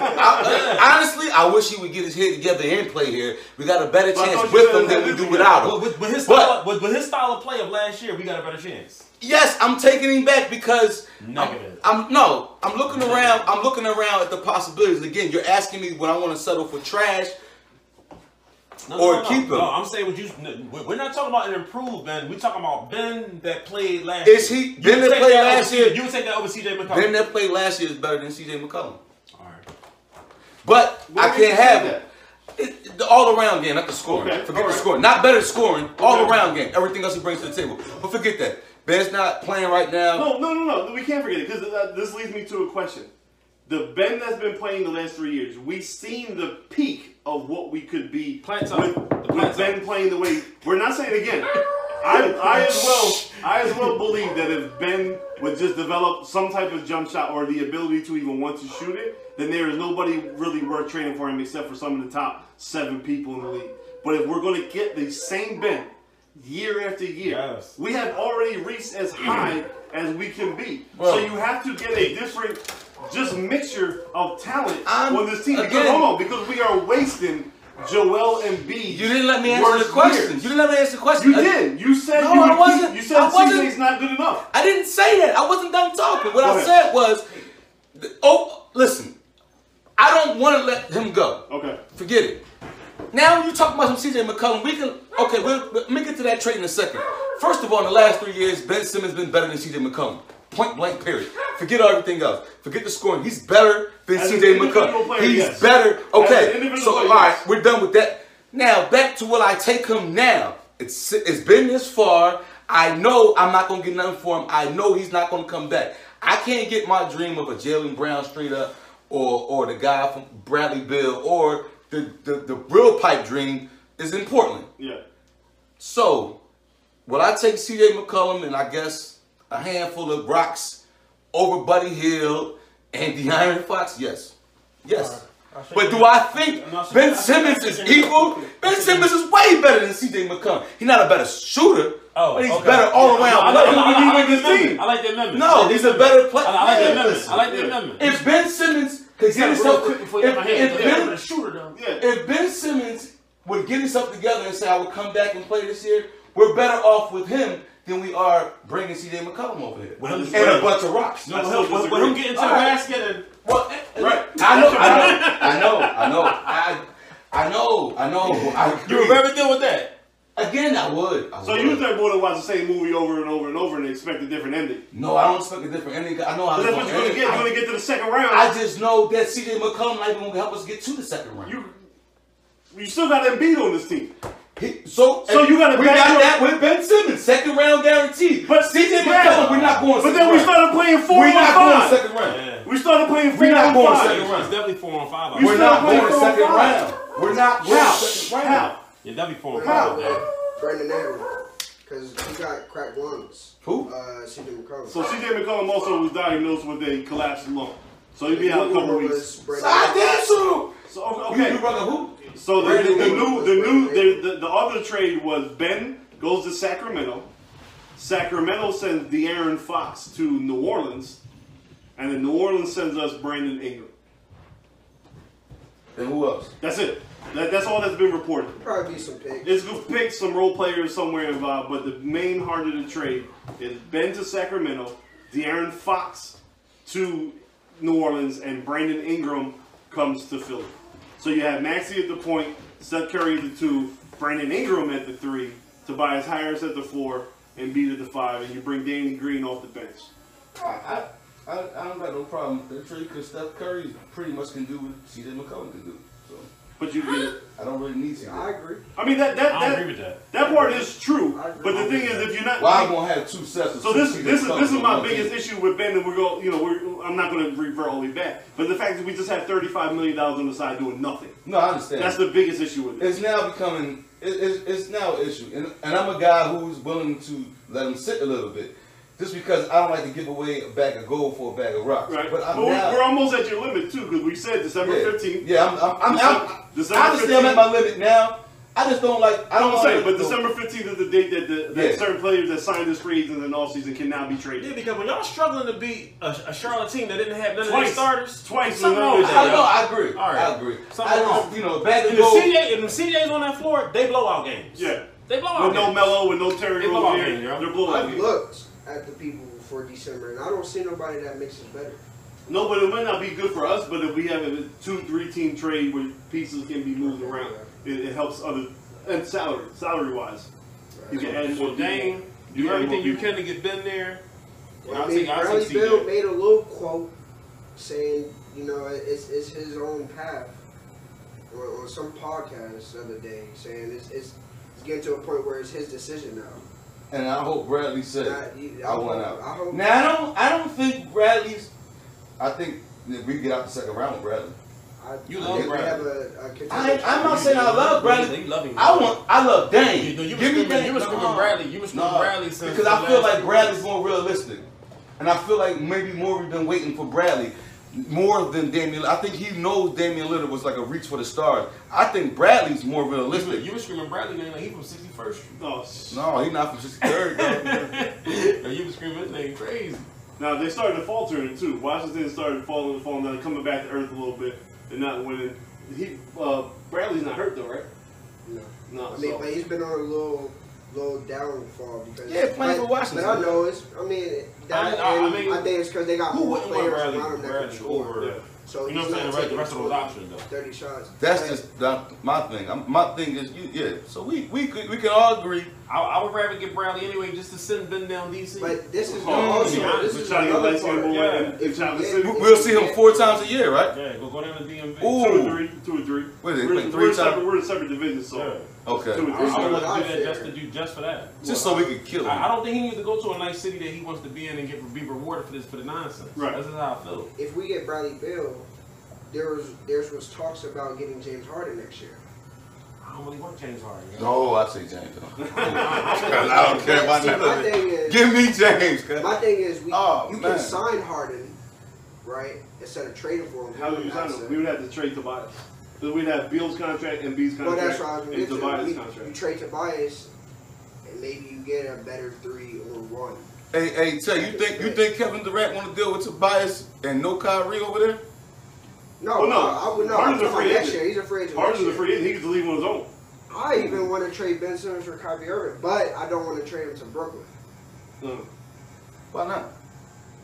S4: I, honestly, I wish he would get his head together and play here. We got a better
S3: But I
S4: chance
S3: thought you
S4: with him
S3: said
S4: than we
S3: that
S4: do
S3: is-
S4: without him.
S2: But with, with his
S4: But-
S2: style, with, with his style of play of last year, we got a better chance.
S4: Yes, I'm taking him back because I'm-
S2: Negative.
S4: I'm, no, I'm looking around. I'm looking around at the possibilities. Again, you're asking me when I want to settle for trash.
S2: No,
S4: Or
S2: no, no,
S4: keep him.
S2: No, I'm saying what you. no, we- We're not talking about an improved Ben. We're talking about Ben that played last.
S4: Is
S2: year.
S4: he-
S2: You
S4: Ben
S2: would
S4: that
S2: take
S4: played
S2: over
S4: last
S2: C-
S4: year?
S2: You would take that over CJ McCollum.
S4: Then that play last year is better than C.J. McCollum,
S2: All right.
S4: but
S3: Where
S4: I
S3: did you
S4: can't
S3: see
S4: have
S3: that?
S4: it. It- the all around game, not the scoring.
S3: Okay,
S4: Forget
S3: all
S4: the
S3: right.
S4: scoring. Not better scoring. All
S3: Okay.
S4: around game. Everything else he brings to the table. But forget that. Ben's not playing right now.
S2: Um,
S3: No, no, no, no. We can't forget it because this leads me to a question. The Ben that's been playing the last three years, we've seen the peak of what we could be
S2: Plateau.
S3: with,
S2: The
S3: with
S2: plateau.
S3: Ben playing the way. We're not saying again. I, I as well, I as well believe that if Ben would just develop some type of jump shot or the ability to even want to shoot it, then there is nobody really worth trading for him except for some of the top seven people in the league. But if we're going to get the same Ben year after year,
S2: Yes.
S3: we have already reached as high as we can be.
S4: Well-
S3: so you have to get a different, just mixture of talent
S4: I'm-
S3: on this team. Because,
S4: again-
S3: hold on, because we are wasting Joel and B.
S4: You didn't let me answer the question. You didn't let me answer the question.
S3: You
S4: I-
S3: did. You said
S4: No,
S3: you,
S4: I
S3: would keep-
S4: wasn't.
S3: you said
S4: I wasn't.
S3: CJ's not good enough.
S4: I didn't say that. I wasn't done talking. What
S3: Go
S4: I
S3: ahead.
S4: said was, th- oh, listen, I don't want to let him go.
S3: Okay.
S4: Forget it. Now when you talk about some CJ McCollum, we can okay. We'll, we'll make it to that trade in a second. First of all, in the last three years, Ben Simmons been better than CJ McCollum. Point blank. Period. Forget everything else. Forget the scoring. He's better than
S3: As an
S4: CJ
S3: individual
S4: McCollum.
S3: player,
S4: He's
S3: yes.
S4: better.
S3: As an
S4: Okay.
S3: individual
S4: So all
S3: player,
S4: right,
S3: yes.
S4: we're done with that. Now back to will I take him now? It's it's been this far. I know I'm not gonna get nothing for him. I know he's not gonna come back. I can't get my dream of a Jalen Brown straight up, or or the guy from Bradley Bill, or the the, the real pipe dream is in Portland.
S3: Yeah.
S4: So, will I take C.J. McCollum and I guess a handful of rocks over Buddy Hill and DeAndre Fox? Yes, yes. But do I think
S2: I'm not sure-
S4: Ben
S2: I think
S4: Simmons
S2: that's
S4: is
S2: the-
S4: equal? Ben Simmons is way better than C.J. McCollum. He's not a better shooter,
S2: Oh,
S4: but he's
S2: okay.
S4: better all
S2: No, I
S4: around. player.
S2: like, I like, I like the
S3: Who do you think is
S2: amendment.
S3: team?
S2: I like the amendment. I
S4: No,
S2: like the
S4: he's a
S2: amendment.
S4: better player.
S2: I I like the amendment. I
S3: listen,
S2: like the
S3: yeah.
S2: amendment.
S4: If Ben Simmons could get himself, if, if Ben,
S2: shooter though.
S3: Yeah.
S4: if Ben Simmons would get himself together and say, I will come back and play this year, we're better off with him than we are bringing CJ McCollum over here.
S2: Well,
S4: and
S2: well,
S4: a bunch of rocks.
S3: I
S2: No,
S3: still
S2: he'll, but, but
S3: disagree.
S2: him getting to the
S4: Alright.
S2: basket and
S4: Well,
S3: Right.
S4: I know, I know, I know, I know. I, I know, I know. I agree.
S2: you're very good with that.
S4: Again, I would. I
S3: So
S4: would.
S3: you think more to watch the same movie over and over and over and expect a different ending?
S4: No, I don't expect a different ending. I know how
S3: But
S4: it's
S3: that's what you're
S4: gonna
S3: gonna
S4: end.
S3: get. You're gonna get to the second round.
S4: I, I just know that CJ McCollum not even gonna help us get to the second round.
S3: you, you still got Embiid on this team.
S4: He- So,
S3: So you gotta
S4: we
S3: back
S4: got
S3: your-
S4: that with Ben Simmons, second round guarantee. But CJ McCollum,
S3: Yeah.
S4: we're not going.
S3: But
S4: second
S3: then we
S4: round.
S3: started playing four
S4: We're
S3: on
S4: not
S3: five.
S4: going second round.
S3: We started playing
S4: We're
S3: four
S4: not
S3: on
S4: going
S3: five.
S4: second round.
S2: It's definitely four on five.
S3: You
S4: We're
S2: hours.
S3: still
S4: not
S3: playing
S4: going
S3: four on
S4: second
S3: five.
S4: round. We're not going
S3: How?
S4: second round.
S3: How?
S2: Yeah, that'd be four on
S5: How?
S2: five. Yeah.
S5: Brandon Aaron. Because he got cracked lungs.
S4: Who?
S5: Uh, she didn't recover.
S3: So CJ McCollum also was diagnosed with a collapsed lung. So he'll be out a couple weeks.
S4: Side dancer.
S3: So okay.
S4: Okay, you brother, who?
S3: So the, the,
S5: Brandon
S3: the
S5: Ingram
S3: new
S5: was
S3: the new
S5: Brandon.
S3: the, the, the other trade was Ben goes to Sacramento. Sacramento sends De'Aaron Fox to New Orleans, and then New Orleans sends us Brandon Ingram.
S4: And who else?
S3: That's it. That, that's all that's been reported.
S5: Probably be some picks.
S3: It's gonna pick some role players somewhere involved, but the main heart of the trade is Ben to Sacramento, De'Aaron Fox to New Orleans, and Brandon Ingram comes to Philly. So you have Maxi at the point, Seth Curry at the two, Brandon Ingram at the three, Tobias Harris at the four, and Beat at the five, and you bring Danny Green off the bench.
S4: I, I, I don't got no problem with that trade because Steph Curry pretty much can do what CJ McCollum can do. So
S3: But you get
S4: I don't really need
S5: I
S4: CJ.
S5: agree.
S3: I mean that that
S2: I don't
S3: that,
S2: agree with that.
S3: that part is true.
S5: I agree.
S3: But the thing is if you're not
S4: Why I'm gonna have two sets? of
S3: So
S4: two
S3: this
S4: CJ
S3: this is this is
S4: McCollums
S3: my
S4: on one
S3: biggest
S4: team?
S3: issue with Ben, and we're going. You know, we're, I'm not going to revert all the way back, but the fact that we just have 35 million dollars on the side doing nothing.
S4: No, I understand.
S3: That's the biggest issue with it.
S4: it's now becoming it, it's, it's now an issue and, and i'm a guy who's willing to let him sit a little bit just because i don't like to give away a bag of gold for a bag of rocks
S3: Right.
S4: but i'm
S3: Well,
S4: now,
S3: we're almost at your limit too, because we said December
S4: yeah,
S3: 15th.
S4: yeah i'm i'm, I'm,
S3: December-
S4: I'm
S3: December
S4: i understand i'm at
S3: 15th.
S4: my limit now I just don't like. I
S3: I
S4: don't
S3: don't say,
S4: like
S3: but
S4: the-
S3: December 15th is the date that, the, that
S4: Yeah.
S3: certain players that signed as free agents in the offseason can now be traded.
S2: Yeah, because when y'all struggling to beat a, a Charlotte team that didn't have none of
S3: Twice.
S2: their starters,
S3: Twice
S2: something
S3: in
S2: wrong with
S3: the
S4: I don't know.
S2: that.
S4: I agree.
S2: All right.
S4: I agree.
S2: Something
S4: I just-
S2: wrong.
S4: you know, back and
S2: And the
S4: go.
S2: CJ, and the CJ's on that floor, they blow out games.
S3: Yeah.
S2: they blow out
S3: With no
S2: games.
S3: Melo, with no Terry
S2: They blowout
S3: Rozier,
S2: games, yo.
S3: they're
S5: I
S3: blowout games.
S5: looked at the people for December, and I don't see nobody that makes it better.
S3: No, but it might not be good for us. But if we have a two, three team trade where pieces can be moved around, it, it helps other and salary, salary wise, you can add more
S2: So Dame,
S3: people.
S2: do
S3: You add
S2: everything
S3: more
S2: you
S3: people.
S2: can to get Ben there.
S5: Well,
S2: I'll
S5: I mean,
S2: take- I'll take
S5: Bradley
S2: CJ.
S5: Bill made a little quote saying, you know, it's, it's his own path. On, on some podcast the other day, saying it's, it's it's getting to a point where it's his decision now.
S4: And I hope Bradley said.
S5: Not- you-
S4: I went out.
S5: I hope.
S4: Now I don't. I don't think Bradley's. I think that we get out the second round with Bradley.
S5: I,
S2: You
S5: I
S2: love
S5: think we
S2: Bradley.
S5: have a- a continuation.
S4: I, I'm not saying I love Bradley.
S2: They loving
S4: I want. I love Dame.
S2: You, no, you
S4: Give
S2: were
S4: me
S2: screaming,
S4: Dame.
S2: you were screaming
S4: No.
S2: Bradley. You were screaming
S4: No,
S2: Bradley since
S4: because
S2: the
S4: I feel
S2: last
S4: like
S2: year.
S4: Bradley's more realistic, and I feel like maybe more we've been waiting for Bradley more than Damian. I think he knows Damian Lillard was like a reach for the stars. I think Bradley's more
S2: You were-
S4: realistic.
S2: You were screaming Bradley name like he from 61st Street.
S3: Oh, s-
S4: No, he's not from 63rd. though.
S2: No, you were screaming his name crazy.
S3: Now they started faltering too. Washington started falling, falling down, coming back to earth a little bit, and not winning. He uh, Bradley's not hurt though, right?
S5: No.
S3: No,
S5: I mean,
S3: so-
S5: but he's been on a little, little downfall because
S4: Yeah, playing for
S5: but,
S4: Washington.
S5: But I know it's. I mean, that,
S2: I- I
S5: and
S2: mean,
S5: I think it's because they got
S2: Who
S5: more
S2: wouldn't want
S5: players
S2: Bradley,
S5: around him that can
S2: Bradley
S5: score.
S2: over?
S3: Yeah.
S5: So
S4: Oh,
S2: You know
S5: he's
S2: what I'm saying?
S5: not
S2: The rest- the rest
S5: taking
S2: of those
S5: 20,
S2: options, though.
S5: Thirty shots.
S4: That's
S5: Like,
S4: just not my thing. I'm, my thing is you. Yeah. So we we could, we can all agree.
S2: I, I would rather get Bradley anyway just to send Ben down DC.
S5: But this is
S3: Oh,
S5: also
S2: yeah,
S5: this
S3: we're
S5: is
S3: trying to get
S5: another
S3: light skin
S5: part.
S3: boy
S2: Yeah.
S3: and- and Travis
S5: Yeah.
S3: City.
S4: We- We'll see him four times a year, right?
S2: yeah, go, go down to DMV.
S4: Ooh.
S3: Two or three, two or three.
S4: Wait, they
S3: we're,
S4: played
S3: we're
S4: three
S3: in separate-
S4: times?
S3: We're in separate divisions, so
S2: Yeah.
S4: Okay.
S3: two or
S2: I,
S3: three.
S5: This
S2: I would
S5: is what
S2: rather do
S5: I
S2: that just to
S5: said.
S2: do just for that.
S4: Just so we could kill him.
S2: I, I don't think he needs to go to a nice city that he wants to be in and get be rewarded for this for the nonsense.
S3: Right.
S2: This is how I feel.
S5: If we get Bradley Bill, there was there was talks about getting James Harden next year.
S2: I don't really want James Harden. yo.
S4: No, I say James. I don't care about
S5: See,
S4: none
S5: my
S4: of it.
S5: thing is,
S4: Give me James. cuz.
S5: my thing is, we
S4: Oh,
S5: you
S4: man.
S5: can sign Harden, right? Instead of trading for him.
S3: How would you sign
S5: Asset.
S3: him? We would have to trade Tobias. So we'd have Beal's contract and B's
S5: Well,
S3: contract
S5: that's what I was
S3: and
S5: gonna
S3: Tobias'
S5: get to. You, you
S3: contract.
S5: trade Tobias, and maybe you get a better three or one.
S4: Hey, hey, Tay, you think you think Kevin Durant want to deal with Tobias and no Kyrie over there?
S5: No,
S3: Well, Oh, no.
S5: I, I would no.
S3: Harden's
S5: I'm
S3: a
S5: talking
S3: free
S5: next
S3: agent.
S5: year. He's a free agent.
S3: Harden's a
S5: next year.
S3: free agent. He gets to leave on his own.
S5: I even want to trade Ben Simmons for Kyrie Irving, but I don't want to trade him to Brooklyn
S3: No.
S4: Why not?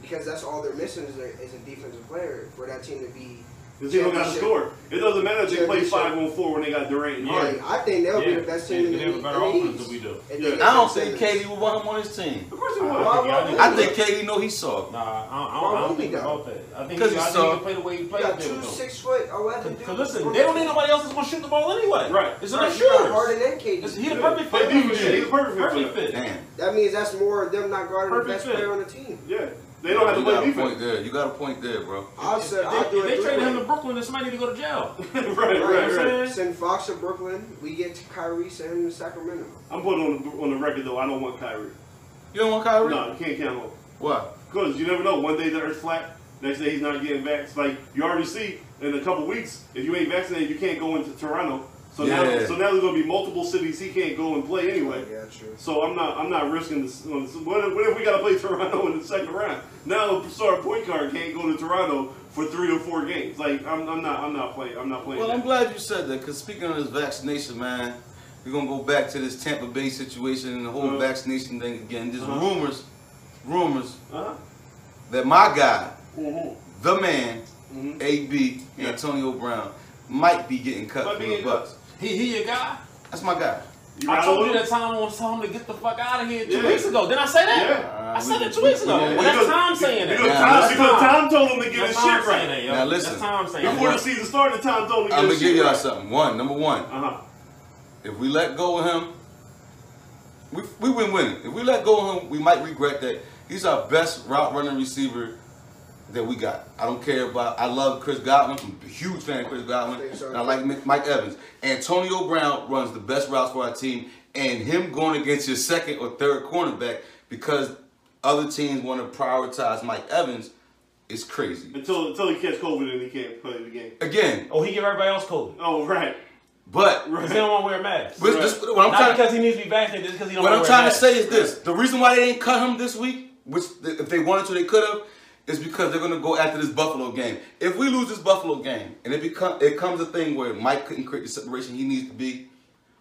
S5: because that's all they're missing is a, is a defensive player for that team to be.
S3: This team don't got to score. It doesn't matter if they play
S5: Championship.
S3: 5 on 4 when they got Durant and Harden.
S5: Like, I think they'll be
S2: Yeah,
S5: the best
S2: they-
S5: team in
S2: they
S5: the
S2: have a
S5: league.
S2: better
S5: in the
S2: offense
S5: East.
S2: than we do.
S5: If they
S3: Yeah.
S5: get
S4: I don't
S5: Ben
S4: think
S5: Simmons.
S4: KD would want him on his team.
S3: Of course they
S2: I
S3: will.
S2: think- I think-
S4: I think KD know he saw.
S2: Nah, I
S5: Why
S2: don't, I don't, I don't
S5: would
S2: think
S5: he go?
S2: about that. I think,
S4: 'Cause
S2: he- I
S4: he's
S2: think he
S4: soft.
S2: can play the way he
S5: You
S2: plays.
S5: got
S2: there
S5: two
S2: with them.
S5: six foot eleven dudes.
S2: Because listen, they don't need nobody else that's gonna shoot the ball anyway.
S3: Right.
S2: It's
S5: You
S2: not
S5: got Harden
S2: shooters.
S5: and KD.
S2: It's- He the perfect
S3: Play
S2: fit.
S3: defense, he's perfect fit.
S2: fit.
S4: Damn.
S5: That means that's more of them not guarding
S2: Perfect
S5: the best
S2: fit.
S5: player on the team.
S3: Yeah. They don't have to
S4: you got
S3: play
S4: a point
S3: defense.
S4: there. You got a point there, bro.
S5: I said
S2: If
S5: I
S2: they,
S5: do
S2: if they
S5: it.
S2: traded him to
S5: this way.
S2: Brooklyn, then somebody need to go to jail.
S3: right,
S5: Right,
S3: right, right.
S2: right.
S5: Send Fox to Brooklyn. We get Kyrie. Send him to Sacramento.
S3: I'm putting on the, on the record, though, I don't want Kyrie.
S4: You don't want Kyrie?
S3: No, you can't count on him.
S4: Why?
S3: Because you never know. One day the earth's flat. Next day he's not getting vaccinated. Like you already see in a couple weeks, if you ain't vaccinated, you can't go into Toronto. So now,
S4: Yeah.
S3: so now there's gonna be multiple cities he can't go and play anyway.
S5: Yeah, true.
S3: So I'm not, I'm not risking this. What if, what if we gotta play Toronto in the second round? Now the star point guard can't go to Toronto for three or four games. Like I'm, I'm not, I'm not playing. I'm not playing.
S4: Well,
S3: that.
S4: I'm glad you said that because speaking of this vaccination, man, we're gonna go back to this Tampa Bay situation and the whole
S3: Uh-huh.
S4: vaccination thing again. There's
S3: Uh-huh.
S4: rumors, rumors
S3: uh-huh.
S4: that my guy,
S3: Mhm.
S4: the man,
S3: Mhm.
S4: AB
S3: Yeah.
S4: Antonio Brown, might be getting cut
S3: Might
S4: from
S3: be
S4: the
S3: getting
S4: Bucks.
S2: He, he your guy.
S4: That's my guy.
S3: You
S2: I
S3: ride
S2: told
S3: with
S2: you
S3: him?
S2: that time I was telling him to get the fuck out of here two
S3: Yeah.
S2: weeks ago. Did I say that?
S3: Yeah.
S2: I said it two weeks ago.
S4: Yeah.
S2: Well, that's Tom saying it.
S3: Because,
S4: Nah,
S3: Tom,
S4: that's
S3: because
S2: Tom.
S3: Tom told him to get
S2: That's
S3: his
S2: Tom
S3: shit
S2: saying
S3: right.
S2: that, yo.
S4: Now listen.
S2: That's Tom saying
S3: Before the
S2: that.
S3: season started, Tom told him to get
S4: I'm
S3: his
S4: gonna give
S3: shit
S4: y'all
S3: right.
S4: something. One, number one,
S3: Uh huh.
S4: if we let go of him, we we win winning. If we let go of him, we might regret that. He's our best route running receiver that we got. I don't care about. I love Chris Godwin. I'm a huge fan of Chris Godwin,
S5: Thanks, sir.
S4: and I like Mi- Mike Evans. Antonio Brown runs the best routes for our team, and him going against your second or third cornerback because other teams want to prioritize Mike Evans is crazy.
S3: Until until he catch COVID and he can't play the game.
S4: Again,
S2: Oh, he give everybody else COVID.
S3: Oh right.
S4: But
S2: Because he don't want to wear a mask.
S4: But this- what I'm
S2: Not
S4: trying-
S2: because he needs to be vaccinated, just because he don't
S4: what
S2: want
S4: I'm
S2: to wear a
S4: trying to
S2: mask.
S4: say is this: the reason why they didn't cut him this week, which th- if they wanted to, they could have, is because they're gonna go after this Buffalo game. If we lose this Buffalo game, and it become it comes a thing where Mike couldn't create the separation he needs to be,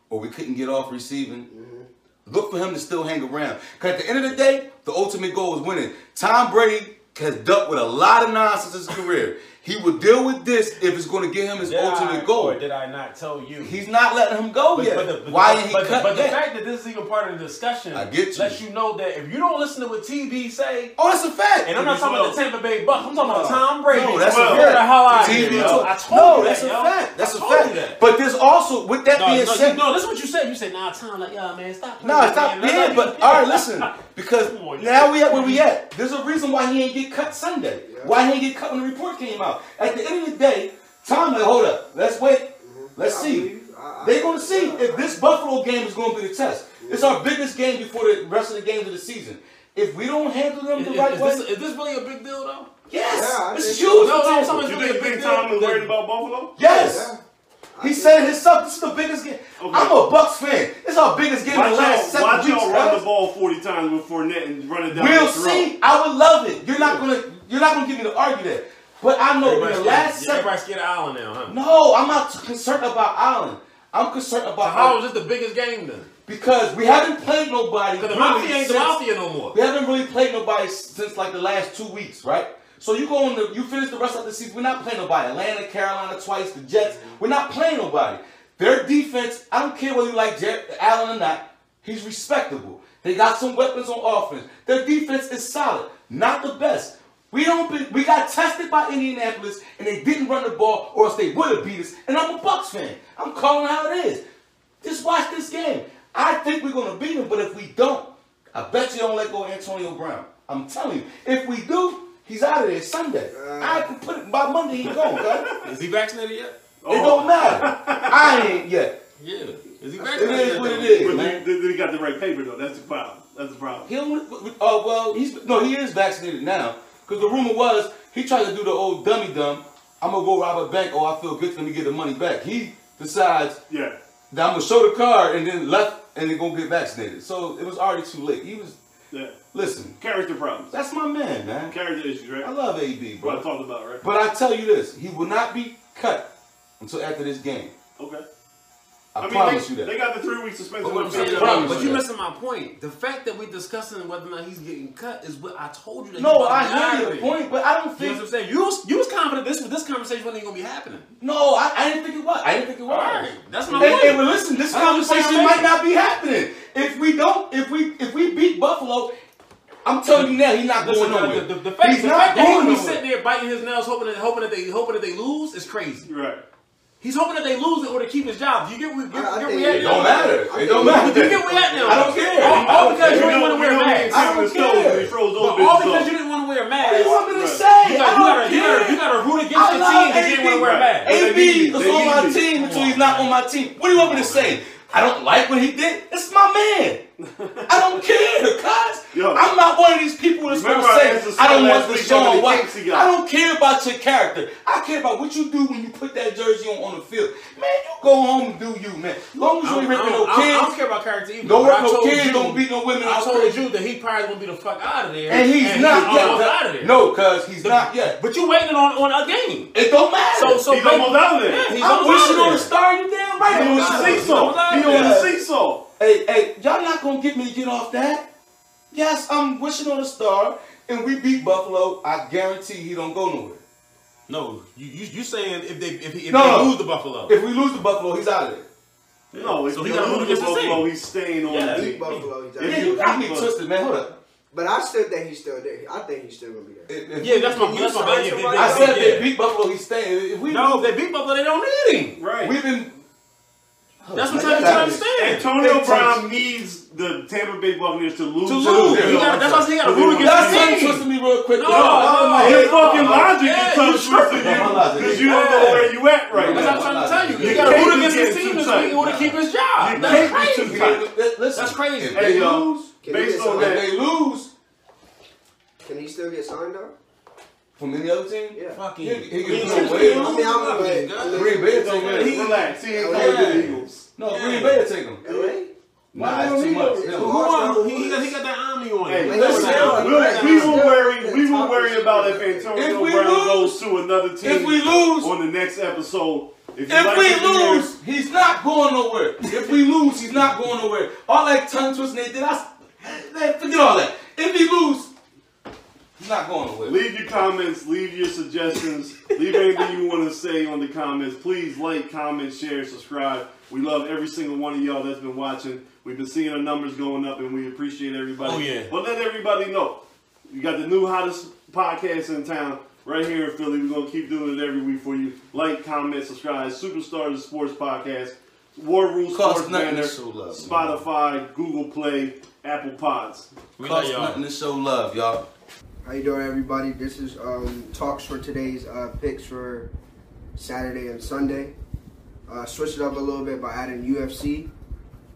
S4: or we couldn't get off receiving.
S2: Mm-hmm.
S4: Look for him to still hang around. Cause at the end of the day, the ultimate goal is winning. Tom Brady has dealt with a lot of nonsense in his career. He will deal with this if it's going to get him his
S2: Did I,
S4: ultimate goal.
S2: Or did I not tell you?
S4: He's not letting him go
S2: But-
S4: yet.
S2: but the- but
S4: Why
S2: the-
S4: did he
S2: but, the-
S4: cut
S2: but the
S4: yet?
S2: fact that this is even part of the discussion
S4: I get you.
S2: lets you know that if you don't listen to what TB say,
S4: oh, that's a fact.
S2: and I'm not talking about the Tampa Bay Bucks, I'm talking about Tom Brady.
S4: No, that's
S3: Well,
S4: a
S2: Get
S4: fact.
S2: the hell out of
S4: TV
S2: here, yo.
S4: too.
S2: I told
S4: no,
S2: you
S4: that's
S2: that,
S4: a
S2: yo.
S4: fact. That's
S2: I
S4: a
S2: told
S4: fact.
S2: you that.
S4: But there's also with that
S2: No,
S4: being
S2: no,
S4: said,
S2: you,
S4: no,
S2: no, that's what you said. You said, nah, Tom, like, yeah, man,
S4: stop.
S2: stop. playing, man. Let's
S4: Yeah,
S2: not
S4: but
S2: be-
S4: all right, listen, because
S2: Come on, you-
S4: now we at where we at. There's a reason why he ain't get cut Sunday. Why he ain't get cut when the report came out. At the end of the day, Tom, like, hold up, let's wait, let's
S5: Mm-hmm. I
S4: see.
S5: believe you. I- I-
S4: They're gonna see
S5: yeah,
S4: if this Buffalo game is gonna be the test. It's our biggest game before the rest of the games of the season. If we don't handle them
S2: Is,
S4: the
S2: is-
S4: right
S2: is
S4: way,
S2: this, is this really a big deal, though?
S4: yes,
S5: Yeah, I
S4: it's
S5: think-
S4: huge.
S5: No,
S2: no,
S4: Tom.
S2: I'm talking
S3: You
S2: It's
S3: think
S2: gonna be a
S3: Big
S2: big
S3: Tom
S2: deal.
S3: is worried about Buffalo?
S4: yes.
S5: yeah. I
S4: He
S5: think-
S4: said himself, this is the biggest game.
S3: Okay.
S4: I'm a Bucks fan. It's our biggest game in the
S3: Watch
S4: last
S3: y'all,
S4: seven
S3: watch
S4: weeks.
S3: y'all run
S4: guys.
S3: the ball 40 times with Fournette and run it down
S4: We'll
S3: the throat.
S4: see. I would love it. You're not gonna you're not gonna get me to argue that. But I know in the last
S2: scared,
S4: seven
S2: everybody's scared of Allen now, huh?
S4: No, I'm not concerned about Allen. I'm concerned about
S2: How is this the biggest game then?
S4: because we haven't played nobody.
S2: Because the
S4: really
S2: Mafia ain't the
S4: since-
S2: Mafia no more.
S4: We haven't really played nobody since like the last two weeks, right? So you go on the you finish the rest of the season. We're not playing nobody. Atlanta, Carolina twice, the Jets. We're not playing nobody. Their defense, I don't care whether you like Jared Allen or not, he's respectable. They got some weapons on offense. Their defense is solid, not the best. We don't be, we got tested by Indianapolis and they didn't run the ball, or else they would have beat us. And I'm a Bucks fan. I'm calling how it is. Just watch this game. I think we're gonna beat them, but if we don't, I bet you don't let go of Antonio Brown. I'm telling you, if we do, he's out of there Sunday. I can put it by Monday. He's gone. Okay?
S2: Is he vaccinated yet?
S4: It don't matter. I ain't yet.
S2: Yeah. Is he
S4: It
S2: vaccinated?
S4: is
S2: yet,
S4: what it
S2: though?
S4: is,
S3: But
S4: man.
S3: they, they- they got the right paper, though. That's the problem. That's the problem.
S4: He don't. Oh well, he's no. He is vaccinated now because the rumor was he tried to do the old dummy dumb. I'm gonna go rob a bank. Oh, I feel good. Let me get the money back. He decides
S3: Yeah.
S4: that I'm gonna show the card and then left and then go get vaccinated. So it was already too late. He was.
S3: Yeah.
S4: Listen,
S3: Character problems.
S4: that's my man, man.
S3: Character issues,
S4: I
S3: right?
S4: love AB,
S3: What I
S4: bro.
S3: talked about, right?
S4: But I tell you this, he will not be cut until after this game.
S3: Okay.
S4: I,
S3: mean,
S4: promise
S3: they,
S4: you that.
S3: they got the three week suspension.
S2: But what I'm
S3: with
S2: saying,
S3: Baker.
S4: promise
S2: but
S4: you
S2: you
S4: that.
S2: missing my point. The fact that we're discussing whether or not he's getting cut is what I told you. That
S4: no,
S2: he's about to
S4: I
S2: be
S4: hear your
S2: hired.
S4: point, but I don't
S2: You know what I'm
S4: think.
S2: saying? You was, you was confident this this conversation wasn't even gonna be happening.
S4: No, I, I didn't think it was. I didn't think it was.
S2: Alright, that's my
S4: and,
S2: point.
S4: and well, listen, this
S2: That's the point I'm
S4: conversation might
S2: making.
S4: not be happening if we don't. If we if we beat Buffalo, I'm telling you now, he's not
S2: Listen,
S4: going
S2: the,
S4: nowhere.
S2: the, the fact,
S4: he's
S2: the
S4: not
S2: fact that
S4: going
S2: he was
S4: nowhere.
S2: sitting there biting his nails, hoping that hoping that they hoping that they lose is crazy.
S3: Right.
S2: He's hoping that they lose in order to keep his job. Do you get where, get,
S5: I- I
S2: get
S5: think
S2: where
S4: It
S2: we at
S4: don't
S2: now?
S4: matter. It don't
S2: Do you
S4: matter.
S2: get where we at now?
S4: I don't care.
S2: All, all because you
S3: We
S2: didn't want to
S3: know- we
S2: wear a
S3: know
S4: I
S2: mask.
S4: don't
S3: Cameron Stone,
S4: care.
S3: He froze those
S2: But all because
S3: bitches
S2: you
S3: off.
S2: didn't want to wear a
S4: What
S2: mask.
S4: do you want me to say?
S3: Right.
S2: You gotta,
S4: I
S2: you,
S4: don't
S2: gotta, you, gotta,
S4: care.
S2: you gotta root against
S4: I
S2: the
S4: love
S2: team that didn't want to wear a
S3: Right.
S2: mask.
S3: They
S4: AB
S3: need me.
S4: was
S3: They
S4: on
S3: need
S4: my
S3: me.
S4: team until he's not on my team. What do you want me to say? I don't like what he did. It's my man. I don't care, cuz.
S3: Yo.
S4: I'm not one of these people that's going
S3: Remember
S4: to
S3: I
S4: say,
S3: asked this
S4: I don't
S3: guy
S4: want
S3: last
S4: the
S3: week how
S4: Sean
S3: many
S4: White.
S3: kicks he got.
S4: I don't care about your character. I care about what you do when you put that jersey on on the field. Man, you go home and do you, man. As long as you
S2: I
S4: ain't
S2: don't, I
S4: ripping no
S2: don't- I don't- I don't
S4: kids,
S2: care about character either.
S4: don't
S2: but I
S4: rip no
S2: told
S4: kids,
S2: you-
S4: don't beat no women.
S2: I
S4: out
S2: told
S4: there.
S2: you that he probably won't be the fuck out of there.
S4: And he's not
S2: almost
S4: yet.
S2: out of there.
S4: No, cuz he's not yet.
S2: But you waiting on, on a game.
S4: It don't matter.
S2: So, so
S3: He's almost out of there.
S2: Yeah, he's
S4: I'm
S2: almost
S4: wishing on
S2: out of
S4: a
S2: there.
S4: star. You damn right.
S3: He
S4: I'm
S3: on
S4: wishing
S3: the
S4: on a star.
S3: seesaw. He on
S4: Yeah.
S3: the seesaw.
S4: Hey, hey, y'all not gonna get me to get off that. Yes, I'm wishing on a star, and we beat Buffalo. I guarantee he don't go nowhere.
S2: No, you you, you saying if they if, he, if
S4: No, no.
S2: they lose the Buffalo,
S4: If we lose to Buffalo, he's out of there.
S3: No, if
S2: So
S3: you
S2: he gotta root
S3: lose
S2: against
S3: against
S2: the
S3: Buffalo,
S2: team.
S3: he's staying on
S2: Yeah.
S3: the
S5: Beat
S3: team.
S5: Buffalo. he's out.
S3: Yeah,
S4: Yeah, you got me
S3: Buffalo.
S4: twisted, man. Hold up.
S5: But I still think he's still there. I think he's still gonna be there.
S4: If- if-
S2: yeah, that's my
S5: You
S2: that's my
S5: signed
S2: baby.
S5: somebody
S4: I said if
S2: yeah.
S4: they beat Buffalo, he's staying. If we
S2: no, if they beat Buffalo, they don't need him.
S3: Right.
S4: we've been.
S2: That's what
S4: Man,
S2: I'm trying to
S4: that is-
S2: understand.
S3: Antonio
S4: Big
S3: Brown needs the Tampa Bay Buccaneers to lose.
S2: To lose,
S4: Yeah.
S2: He gotta- that's why I said he got to root
S4: That's
S2: against
S4: something
S2: the team.
S4: twisted me real quick.
S2: No,
S4: though.
S2: no,
S4: Hey,
S3: Your
S2: no.
S3: fucking logic
S2: Yeah,
S3: is
S2: you
S3: tough
S2: tripping.
S3: twisted
S4: My logic
S3: because
S4: is-
S3: you don't know where you at right
S2: That's
S3: now.
S2: what I'm trying to tell you.
S4: You
S2: You got to
S3: can't
S2: root
S3: be
S2: against this
S3: getting
S2: team
S3: too
S2: this week in order to
S4: tight.
S2: keep his
S3: You
S2: job.
S3: can't
S2: That's
S3: be too
S2: crazy.
S3: tight.
S4: Listen,
S2: That's crazy.
S4: If
S3: Hey,
S4: they
S3: y'all.
S4: lose,
S5: Can he
S3: Based on
S5: get signed?
S4: if
S3: that,
S4: they lose,
S5: Can he still get signed though?
S4: From any other team?
S5: Yeah.
S4: Fucking.
S2: Yeah.
S4: He
S2: Yeah.
S4: can blow away.
S5: I mean, I'm
S2: Fucking
S5: like,
S2: God.
S4: Green Bay will take him.
S3: Relax. He ain't
S5: Yeah.
S3: coming to the Eagles.
S4: No,
S2: Yeah.
S4: Green Bay will take him.
S5: LA?
S4: Nah, it's too
S3: Miami,
S4: much.
S3: it's
S4: Yeah.
S5: a
S2: Who
S5: lot.
S2: on? He, he, got, he got that army on.
S3: Hey,
S2: him.
S5: Like,
S4: listen,
S3: We,
S5: still-
S3: we
S5: like,
S3: will
S5: still
S3: worry. We will
S5: top of
S3: worry
S5: the
S3: about if
S5: shit.
S3: Antonio
S4: If we
S3: Brown
S4: lose-
S3: goes to another team.
S4: if we lose-
S3: on the next episode, if, you
S4: If
S3: like
S4: we
S3: what you hear,
S4: lose, he's not going nowhere. If we lose, he's not going nowhere. All that tongue twisting they did, I s- man, forget all that. If he lose, he's not going nowhere.
S3: Leave your comments, leave your suggestions, leave anything you want to say on the comments. Please like, comment, share, subscribe. We love every single one of y'all that's been watching. We've been seeing our numbers going up and we appreciate everybody.
S2: Oh, yeah.
S3: But let everybody know. You got the new hottest podcast in town right here in Philly. We're gonna keep doing it every week for you. Like, comment, subscribe, Superstars of Sports Podcast, War Rules
S4: Cost
S3: Sports
S4: nothing to
S3: Banner,
S4: show love.
S3: Spotify, Google Play, Apple Pods.
S2: We love
S4: Cost
S2: y'all.
S4: nothing to show love, y'all.
S5: How you doing, everybody? This is um, talks for today's uh, picks for Saturday and Sunday. Uh, switch it up a little bit by adding UFC.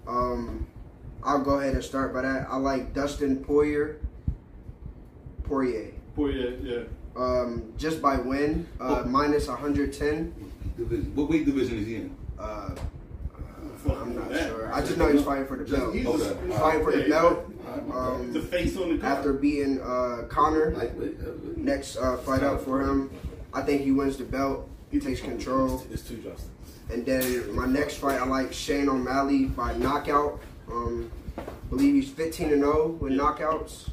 S5: Um, I'll go ahead and start by that. I like Dustin Poirier. Poirier.
S3: Boy, yeah, yeah.
S5: Um, just by win, uh,
S4: Oh.
S5: minus 110.
S4: Division. What weight division is he in?
S5: Uh, I'm not sure. I just know he's fighting for the
S6: Just-
S5: belt.
S6: he's
S4: Okay.
S6: a-
S5: Fighting for the
S3: Yeah,
S5: belt.
S6: Alright, my bad.
S5: Um,
S3: The face on the card.
S5: after beating uh, Connor.
S6: Lightweight, heavyweight.
S5: next uh, fight up for him. I think he wins the belt. He takes control.
S6: It's too Justin.
S5: And then my next fight, I like Shane O'Malley by knockout. Um, believe he's 15 and 0 with knockouts.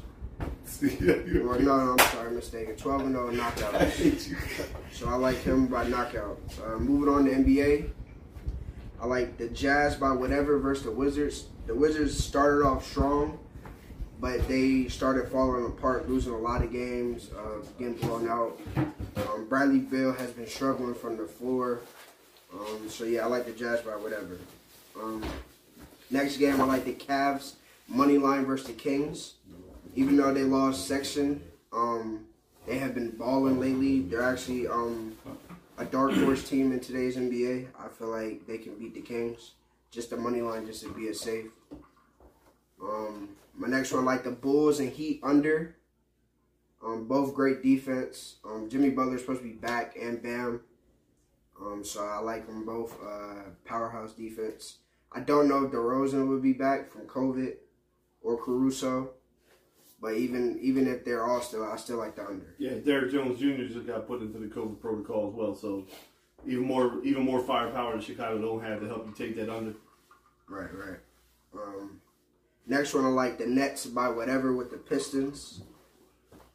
S5: Or no, no, I'm sorry, mistaken. 12 and 0 with
S6: I
S5: knockouts.
S6: hate you.
S5: So I like him by knockout. Uh, moving on to NBA, I like the Jazz by whatever versus the Wizards. The Wizards started off strong, but they started falling apart, losing a lot of games, uh, getting blown out. Um, Bradley Bill has been struggling from the floor. Um, so yeah, I like the Jazz by whatever. Um, next game, I like the Cavs money line versus the Kings. Even though they lost section, um, they have been balling lately. They're actually um, a dark horse team in today's NBA. I feel like they can beat the Kings. Just the money line, just to be a safe. Um, my next one, like the Bulls and Heat under. Um, both great defense. Um, Jimmy Butler's supposed to be back and Bam. Um, so I like them both. Uh, powerhouse defense. I don't know if DeRozan will be back from COVID or Caruso, but even even if they're all still, I still like the under.
S3: Yeah, Derrick Jones Jr. just got put into the COVID protocol as well, so even more even more firepower that Chicago don't have to help you take that under.
S5: Right, right. Um, next one, I like the Nets by whatever with the Pistons.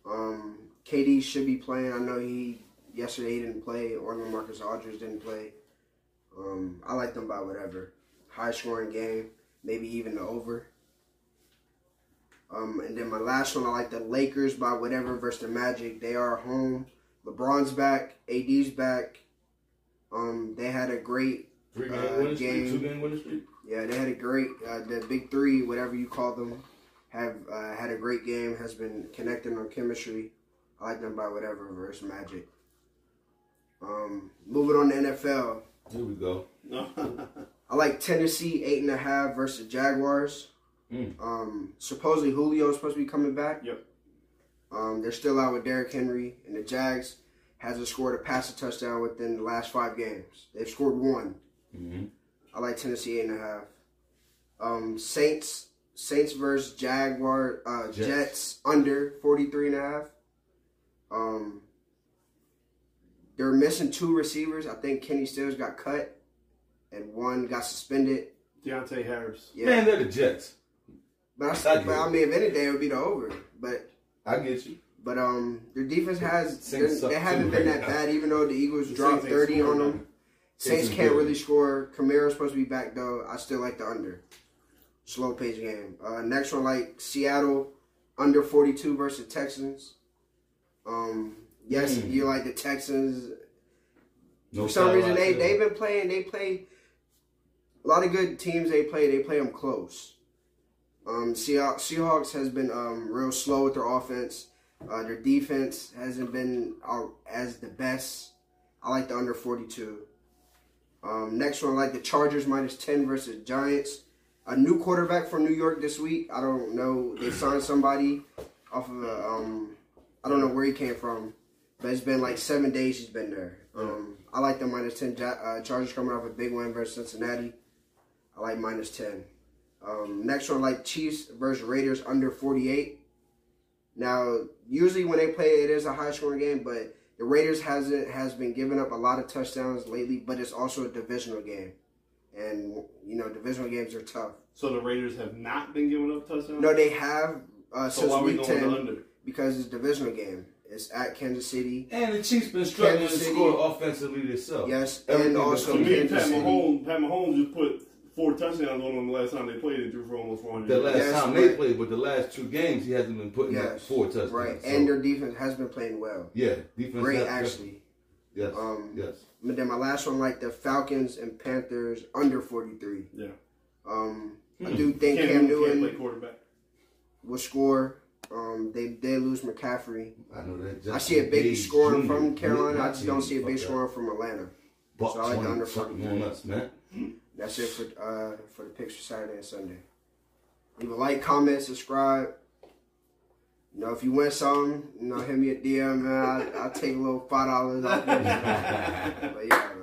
S5: Um, KD should be playing. I know he yesterday he didn't play. Or Marcus Aldridge didn't play. Um, I like them by whatever. High scoring game, maybe even the over. Um, and then my last one, I like the Lakers by whatever versus the Magic. They are home. LeBron's back. AD's back. Um, they had a great
S4: Three
S5: Uh, game.
S4: game winning streak.
S5: yeah, they had a great uh, the big three, whatever you call them, have uh, had a great game. Has been connecting on chemistry. I like them by whatever versus Magic. Um, moving on to NFL,
S4: Here we go.
S5: I like Tennessee eight and a half versus Jaguars.
S4: Mm.
S5: Um, supposedly Julio's supposed to be coming back.
S3: Yep.
S5: Um, they're still out with Derrick Henry, and the Jags hasn't scored a passing touchdown within the last five games. They've scored one.
S4: Mhm.
S5: I like Tennessee eight and a half. Um, Saints Saints versus Jaguar uh, Jets.
S4: Jets.
S5: under 43 and a half. Um, they're missing two receivers. I think Kenny Stills got cut, and one got suspended.
S3: Deontay Harris.
S5: Yeah,
S4: Man, they're the Jets.
S5: but I,
S4: I get
S5: but I
S4: it.
S5: mean, if any day it would be the over, but.
S4: I get you.
S5: But um, their defense has
S4: Saints
S5: they-
S4: suck
S5: they
S4: too
S5: haven't been
S4: right
S5: that
S4: now.
S5: bad. Even though the Eagles
S3: The
S5: dropped
S3: Saints ain't
S5: thirty on
S3: scoring
S5: them,
S3: nothing.
S5: Saints
S4: Saints is
S5: can't
S4: good.
S5: really score. Kamara's supposed to be back though. I still like the under. Slow pace game. Uh, next one like Seattle under forty two versus Texans. Um, yes, you like the Texans.
S4: No
S5: For some reason they
S4: Carolina.
S5: they've been playing. They play a lot of good teams. They play. They play them close. Um, Seahawks, Seahawks has been um, real slow with their offense. Uh, their defense hasn't been out as the best. I like the under forty two. Um, next one, I like the Chargers minus ten versus Giants. A new quarterback for New York this week. I don't know. They signed somebody off of a. Um, I don't know where he came from, But it's been like seven days he's been there. Um, I like the minus 10. Ja- uh, Chargers coming off a big win versus Cincinnati. I like minus 10. Um, next one, I like Chiefs versus Raiders under 48. Now, usually when they play, it is a high scoring game, but the Raiders hasn't has been giving up a lot of touchdowns lately, but it's also a divisional game. And, you know, divisional games are tough.
S3: So the Raiders have not been giving up touchdowns.
S5: No, they have uh,
S3: So
S5: since
S3: why we
S5: week
S3: going
S5: 10
S3: under?
S5: because it's a divisional game. It's at Kansas City.
S4: And the Chiefs been struggling to
S5: Kansas City.
S4: score offensively themselves.
S5: Yes,
S4: Everything
S5: and
S4: but
S5: also
S3: So me and Pat
S5: Kansas City.
S3: Mahomes, Pat Mahomes just put four touchdowns on him the last time they played and threw for almost 400.
S4: The last
S5: Yes,
S4: time they
S5: but-
S4: played, but the last two games he hasn't been putting up
S5: Yes,
S4: four touchdowns.
S5: right.
S4: So,
S5: And their defense has been playing well.
S4: yeah, defense
S5: Great,
S4: has-
S5: actually.
S4: Yes,
S5: Um,
S4: yes.
S5: But then my last one, like the Falcons and Panthers under 43.
S3: yeah.
S5: Um, I do think
S3: Cam,
S5: Cam
S3: Newton can't play
S5: Newton
S3: quarterback.
S5: will score. Um, they did lose McCaffrey.
S4: I know that.
S5: I see a big
S4: Justin Gage
S5: scoring
S4: Jr.
S5: from Carolina. I
S4: Not
S5: just don't see a
S4: Jr.,
S5: big
S4: fuck
S5: scoring from Atlanta.
S4: that. Bucks
S5: so I like the
S4: twenty
S5: under
S4: something
S5: 49.
S4: on us, man.
S5: That's it for uh, for the picks for Saturday and Sunday. Leave a like, comment, subscribe. You know, if you win something, you know, hit me a DM, man. I'll, I'll take a little five dollars off. you. but yeah.